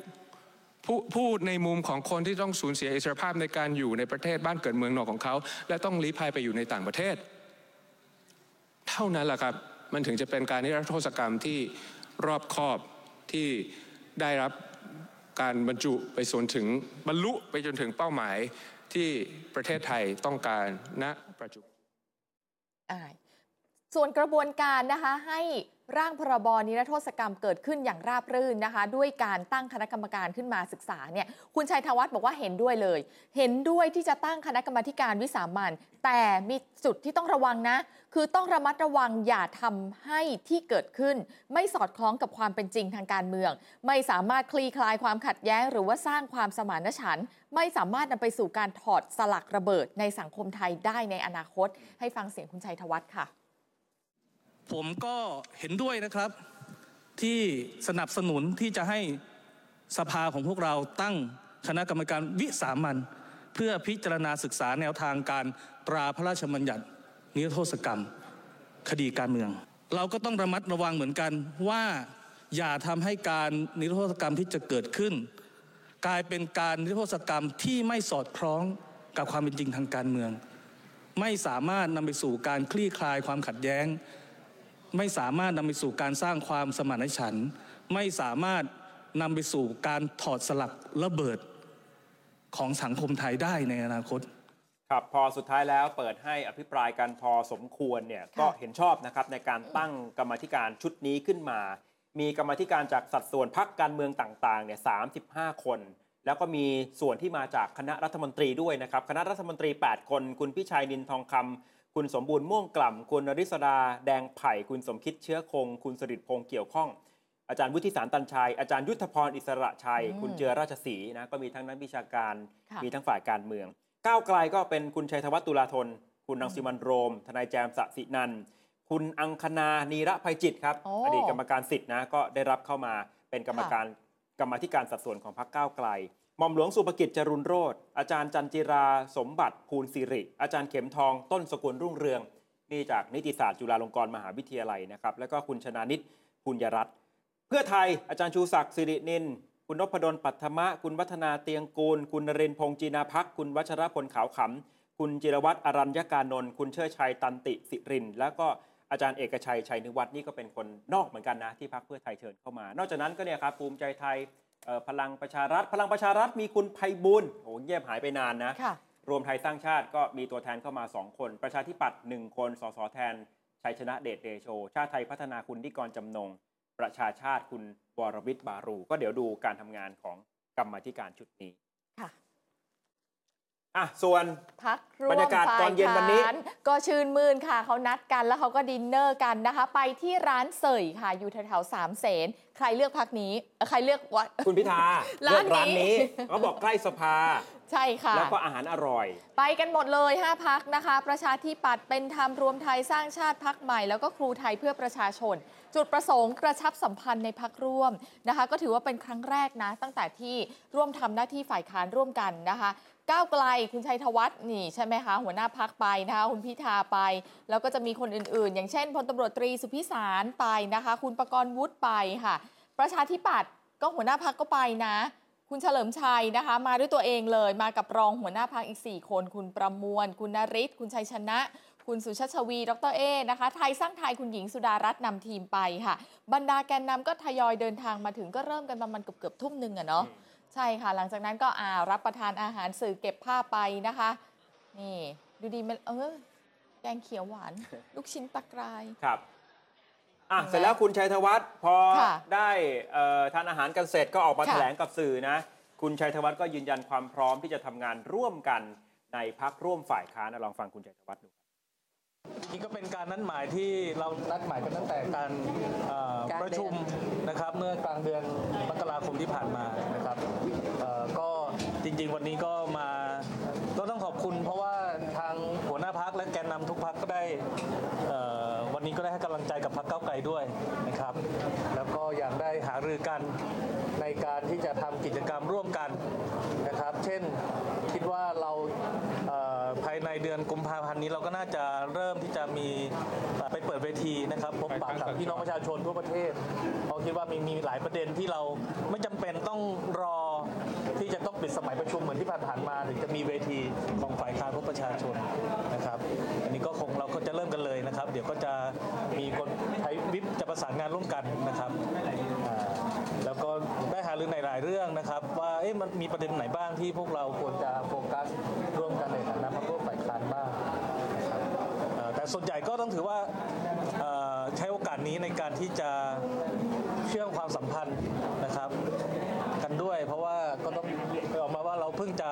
พพูดในมุมของคนที่ต้องสูญเสียอิสรภาพในการอยู่ในประเทศบ้านเกิดเมืองนอกของเขา และต้องลี้ภัยไปอยู่ในต่างประเทศ เท่านั้นแหละครับ มันถึงจะเป็นการนิรโทษกรรมที่รอบคอบที่ได้รับการบรรจุไปจนถึงบรรลุไปจนถึงเป้าหมายที่ประเทศไทยต้องการณปัจจุบัน
อ่า ส่วนกระบวนการนะคะให้ร่างพรบนิรโทษกรรมเกิดขึ้นอย่างราบรื่นนะคะ ด้วยการตั้งคณะกรรมการขึ้นมาศึกษาเนี่ยคุณชัยธวัฒน์บอกว่าเห็นด้วยเลย เห็นด้วยที่จะตั้งคณะกรรมาธิการวิสามันแต่มีจุดที่ต้องระวังนะ คือต้องระมัดระวังอย่าทำให้ที่เกิดขึ้น ไม่สอดคล้องกับความเป็นจริงทางการเมือง ไม่สามารถคลี่คลายความขัดแย้ง หรือว่าสร้างความสมานฉันท์ไม่สามารถนำไปสู่การถอดสลักระเบิดในสังคมไทยได้ในอนาคต ให้ฟังเสียงคุณชัยธวัฒน์ค่ะ
ผมก็เห็นด้วยนะครับที่สนับสนุนที่จะให้สภาของพวกเราตั้งคณะกรรมการวิสามันเพื่อพิจารณาศึกษาแนวทางการตราพระราชบัญญัติ นิรโทษกรรม คดีการเมือง เราก็ต้องระมัดระวังเหมือนกันว่าอย่าทำให้การนิรโทษกรรมที่จะเกิดขึ้น กลายเป็นการนิรโทษกรรมที่ไม่สอดคล้องกับความเป็นจริงทางการเมือง ไม่สามารถนำไปสู่การคลี่คลายความขัดแย้ง ไม่สามารถนำไปสู่การสร้างความสมานฉันท์ไม่สามารถนำไปสู่การถอดสลักระเบิดของสังคมไทยได้ในอนาคต
ครับพอสุดท้ายแล้วเปิดให้อภิปรายกันพอสมควรเนี่ยก็เห็นชอบนะครับในการตั้งกรรมาธิการชุดนี้ขึ้นมา มีกรรมาธิการจากสัดส่วนพักการเมืองต่างๆเนี่ยสาคน แล้วก็มีส่วนที่มาจากคณะรัฐมนตรีด้วยนะครับ คณะรัฐมนตรี 8 คน คุณพิชัยนินทองคำคุณสมบูรณ์ม่วงกล่ำคุณนริศดาแดงไผ่ คุณสมคิดเชื้อคง คุณสริตพงษ์เกี่ยวข้อง อาจารย์วุฒิสารตันชัย อาจารย์ยุทธพรอิสระชัย
อืม
คุณเจอราชศรีนะก็มีทั้งนักวิชาการ
ค่ะ
มีทั้งฝ่ายการเมือง ก้าวไกลก็เป็นคุณชัยธวัฒน์ตุลาธน คุณรังสิมันต์โรม ทนายแจมสะสินันท์คุณอังคณานีระภัยจิตครับ
โอ้
อดีตกรรมการสิทธิ์นะก็ได้รับเข้ามาเป็นกรรม
ค่ะ
การกรรมาธิการสัดส่วนของพรรคก้าวไกลหม่อมหลวงสุภกิจจรุนโรธอาจารย์จันจิราสมบัติภูลสิริ อาจารย์เข็มทองต้นสกุลรุ่งเรือง นี่จากนิติศาสตร์จุฬาลงกรณ์มหาวิทยาลัยนะครับ แล้วก็คุณชนานิตปุญยรัตน์ เพื่อไทยอาจารย์ชูศักดิ์สิรินิน คุณนพดลปัทธมะ คุณวัฒนาเตียงกูล คุณนเรนทร์พงศ์จีนาพัก คุณวัชรพลขาวขำ คุณจิรวัตรอรัญญากานนท์คุณเชิดชัยตันติสิริน แล้วก็อาจารย์เอกชัยชัยนิวัฒน์นี่ก็เป็นคนนอกเหมือนกันนะ ที่พักเพื่อไทยเชิญเข้ามา นอกจากนั้นก็เนี่ยครับภูมิใจไทยเอ่อพลังประชารัฐ พลังประชารัฐมีคุณไพบุญโอ้โหเงียบหายไปนานนะ รวมไทยสร้างชาติก็มีตัวแทนเข้ามา 2 คน ประชาธิปัตย์1คนสสแทน ชัยชนะเดชเดโช ชาติไทยพัฒนาคุณนิกรจำนง ประชาชาติคุณวรวิทย์บารู ก็เดี๋ยวดูการทำงานของกรรมาธิการชุดนี้
ค่ะ
อ่ะ ส่วน
พักร่วม
บรรยากาศตอนเย็นวันนี้
ฝ่ายค้าก็ชื่นมื่นค่ะ เขานัดกันแล้วเขาก็ดินเนอร์กันนะคะ ไปที่ร้านเสยค่ะ อยู่แถวๆสามเสนใครเลือกพักนี้เอ่อใครเลือกวัด
คุณพิธา
ร้านนี้
เลือกร้านนี้เขาบอกใกล้สภา
ใช่ค่ะ
แล้วก็อาหารอร่อย
ไปกันหมดเลย 5 พักนะคะ ประชาธิปัตย์เป็นธรรมรวมไทยสร้างชาติพักใหม่ แล้วก็ครูไทยเพื่อประชาชน จุดประสงค์กระชับสัมพันธ์ในพักร่วมนะคะ ก็ถือว่าเป็นครั้งแรกนะ ตั้งแต่ที่ร่วมทำหน้าที่ฝ่ายค้านร่วมกันนะคะก้าวไกลคุณชัยธวัฒน์นี่ใช่ไหมคะหัวหน้าพักไปนะคะคุณพิธาไป แล้วก็จะมีคนอื่นๆ อย่างเช่นพลตำรวจตรีสุพิสารไปนะคะ คุณประกรณ์วุฒิไปค่ะ ประชาธิปัตย์ก็หัวหน้าพักก็ไปนะ คุณเฉลิมชัยนะคะ มาด้วยตัวเองเลยมากับรองหัวหน้าพักอีก 4 คน คุณประมวล คุณนริศคุณชัยชนะ คุณสุชาชวี ดรเอนะคะ ไทยสร้างไทยคุณหญิงสุดารัตน์นำทีมไปค่ะ บรรดาแกนนำก็ทยอยเดินทางมาถึงก็เริ่มกันประมาณเกือบเกือบๆทุ่มหนึ่งอะเนาะใช่ค่ะ หลังจากนั้นก็อ่ารับประทานอาหารสื่อเก็บผ้าไปนะคะ นี่ดูดีมันเออแกงเขียวห วาน ลูกชิ้นปลากราย
ครับ อ่ะ
เห็นไหม
เสร็จแล้วคุณชัยธวัฒน์พอ
ค่ะ
ได้เอ่อทานอาหารกันเสร็จก็ออกมา
ค่ะ
แถลงกับสื่อนะ คุณชัยธวัฒน์ก็ยืนยันความพร้อมที่จะทำงานร่วมกันในพักร่วมฝ่ายค้านนะลองฟังคุณชัยธวัฒน์ดู
นี่ก็เป็นการนัดหมายที่เรานัดหมายกันตั้งแต่การเอ่อประชุมนะครับ เมื่อกลางเดือนมกราคมที่ผ่านมานะครับเอ่อก็จริงๆวันนี้ก็มาก็ต้องขอบคุณ เพราะว่าทางหัวหน้าพักและแกนนำทุกพักก็ได้เอ่อวันนี้ก็ได้ให้กำลังใจกับพักเก้าวไกลด้วยนะครับ แล้วก็ยังได้หารือกันในการที่จะทำกิจกรรมร่วมกันนะครับ เช่นคิดว่าเรา เอ่อภายในเดือนกุมภาพันธ์นี้เราก็น่าจะเริ่มที่จะมีเอ่อไปเปิดเวทีนะครับพบปะกับพี่น้องประชาชนทั่วประเทศเพราะคิดว่ามีมีหลายประเด็นที่เราไม่จำเป็นต้องรอที่จะต้องปิดสมัยประชุมเหมือนที่ผ่านๆมาหรือจะมีเวทีของฝ่ายค้านพบประชาชนนะครับ อันนี้ก็คงเราก็จะเริ่มกันเลยนะครับ เดี๋ยวก็จะมีคนไทยวิปจะประสานงานร่วมกันนะครับอ่าแล้วก็ได้หารือในหลายเรื่องนะครับ ว่าเอ๊ะมันมีประเด็นไหนบ้างที่พวกเราควรจะโฟกัสร่วมกันในฐานะพรรคร่วมฝ่ายค้านบ้างนะครับเอ่อแต่ แต่ส่วนใหญ่ก็ต้องถือว่าเอ่อใช้โอกาสนี้ในการที่จะเชื่อมความสัมพันธ์นะครับ กันด้วย เพราะว่าก็ต้องออกมาว่าเราเพิ่งจะ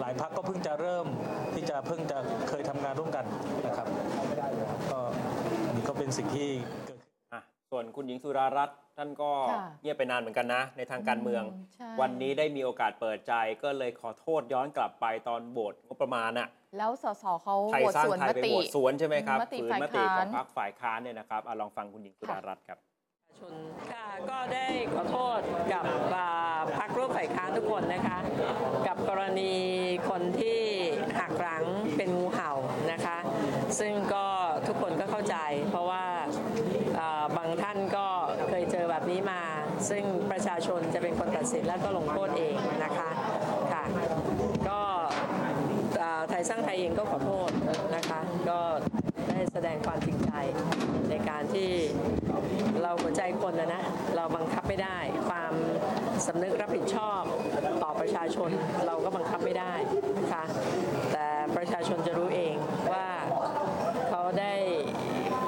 หลายพักก็เพิ่งจะเริ่มที่จะเพิ่งจะเคยทำงานร่วมกันนะครับก็นี่ก็เป็นสิ่งที่เกิด
อ่ะส่วนคุณหญิงสุดารัตน์ท่านก็
ค่ะ
เงียบไปนานเหมือนกันนะ ในทางการเมือง
อืมใช่
วันนี้ได้มีโอกาสเปิดใจก็เลยขอโทษย้อนกลับไปตอนโบทงบประมาณน่ะ
แล้วสสเขา
ไทย
โหวต
สร้าง
สวน
ไทย
ม
ไป
ติ
โหวตสวนใช่ไหมครับ
มติ
ฝืน
ฝ่าย
มติ
ค้า
ของ
น
พรรคฝ่ายค้านเนี่ยนะครับอ่ะลองฟังคุณหญิงสุดารัตน์ครับ
ค่ะก็ได้ขอโทษกับอ่าพรรคร่วมฝ่ายค้านทุกคนนะคะ กับกรณีคนที่หักหลังเป็นงูเห่านะคะ ซึ่งก็ทุกคนก็เข้าใจ เพราะว่าอ่าบางท่านก็เคยเจอแบบนี้มา ซึ่งประชาชนจะเป็นคนตัดสินและก็ลงโทษเองนะคะค่ะก็อ่าไทยสร้างไทยเองก็ขอโทษนะคะ ก็ได้แสดงความจริงใจในการที่ เราหัวใจคนนะนะ เราบังคับไม่ได้ ความสำนึกรับผิดชอบต่อประชาชนเราก็บังคับไม่ได้นะคะแต่ประชาชนจะรู้เองว่าเขาได้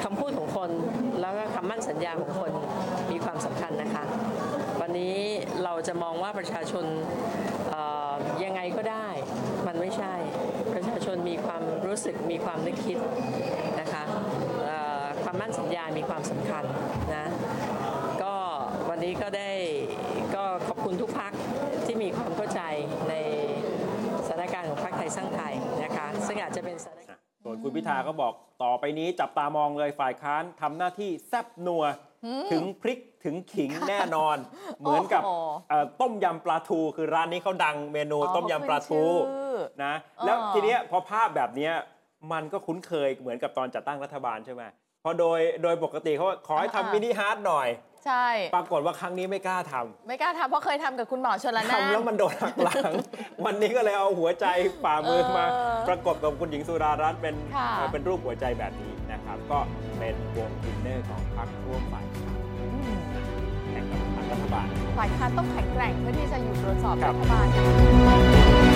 คำพูดของคน แล้วก็คำมั่นสัญญาของคนมีความสำคัญนะคะ วันนี้เราจะมองว่าประชาชนเอ่อยังไงก็ได้ มันไม่ใช่ ประชาชนมีความรู้สึกมีความนึกคิดนะคะเอ่อความมั่นสัญญา มีความสำคัญนะ ก็วันนี้ก็ได้ก็ขอบคุณทุกพักที่มีความเข้าใจในสถานการณ์ของพรรคไทยสร้างไทยนะคะ ซึ่งอาจจะเป็นสถานการณ์
ส่วนคุณพิธาก็บอกต่อไปนี้จับตามองเลยฝ่ายค้านทำหน้าที่แซบนัว
อืม
ถึงพริกถึงขิงแน่นอน เหมือนกับ
โอ้โห
เอ่อต้มยำปลาทู คือร้านนี้เขาดังเมนู
อ๋อ
ต้มยำปลาทู
เขาขึ้นชื่อ
นะ
เออ
แล้วทีเนี้ยพอภาพแบบเนี้ยมันก็คุ้นเคยเหมือนกับตอนจัดตั้งรัฐบาลใช่ไหมพอโดยโดยปกติเขาขอให้ทำมินิฮาร์ดหน่อย
ใช่
ปรากฏว่าครั้งนี้ไม่กล้าทำ
ไม่กล้าทำเพราะเคยทำกับคุณหมอชนละนาน
ทำแล้วมันโดนหักหลัง วันนี้ก็เลยเอาหัวใจฝ่ามือมา
เออ
ประกบกับคุณหญิงสุดารัตน์เป็น
ค่ะ
เอ่อเป็นรูปหัวใจแบบนี้นะครับ ก็เป็นวงดินเนอร์ของพรรคร่วมฝ่ายค้านแข่งกับพรรครัฐบาล
ฝ่ายค้านต้องแข็งแกร่งเพื่อที่จะอยู่ตรวจสอบ
ครั
รับ ฐบาล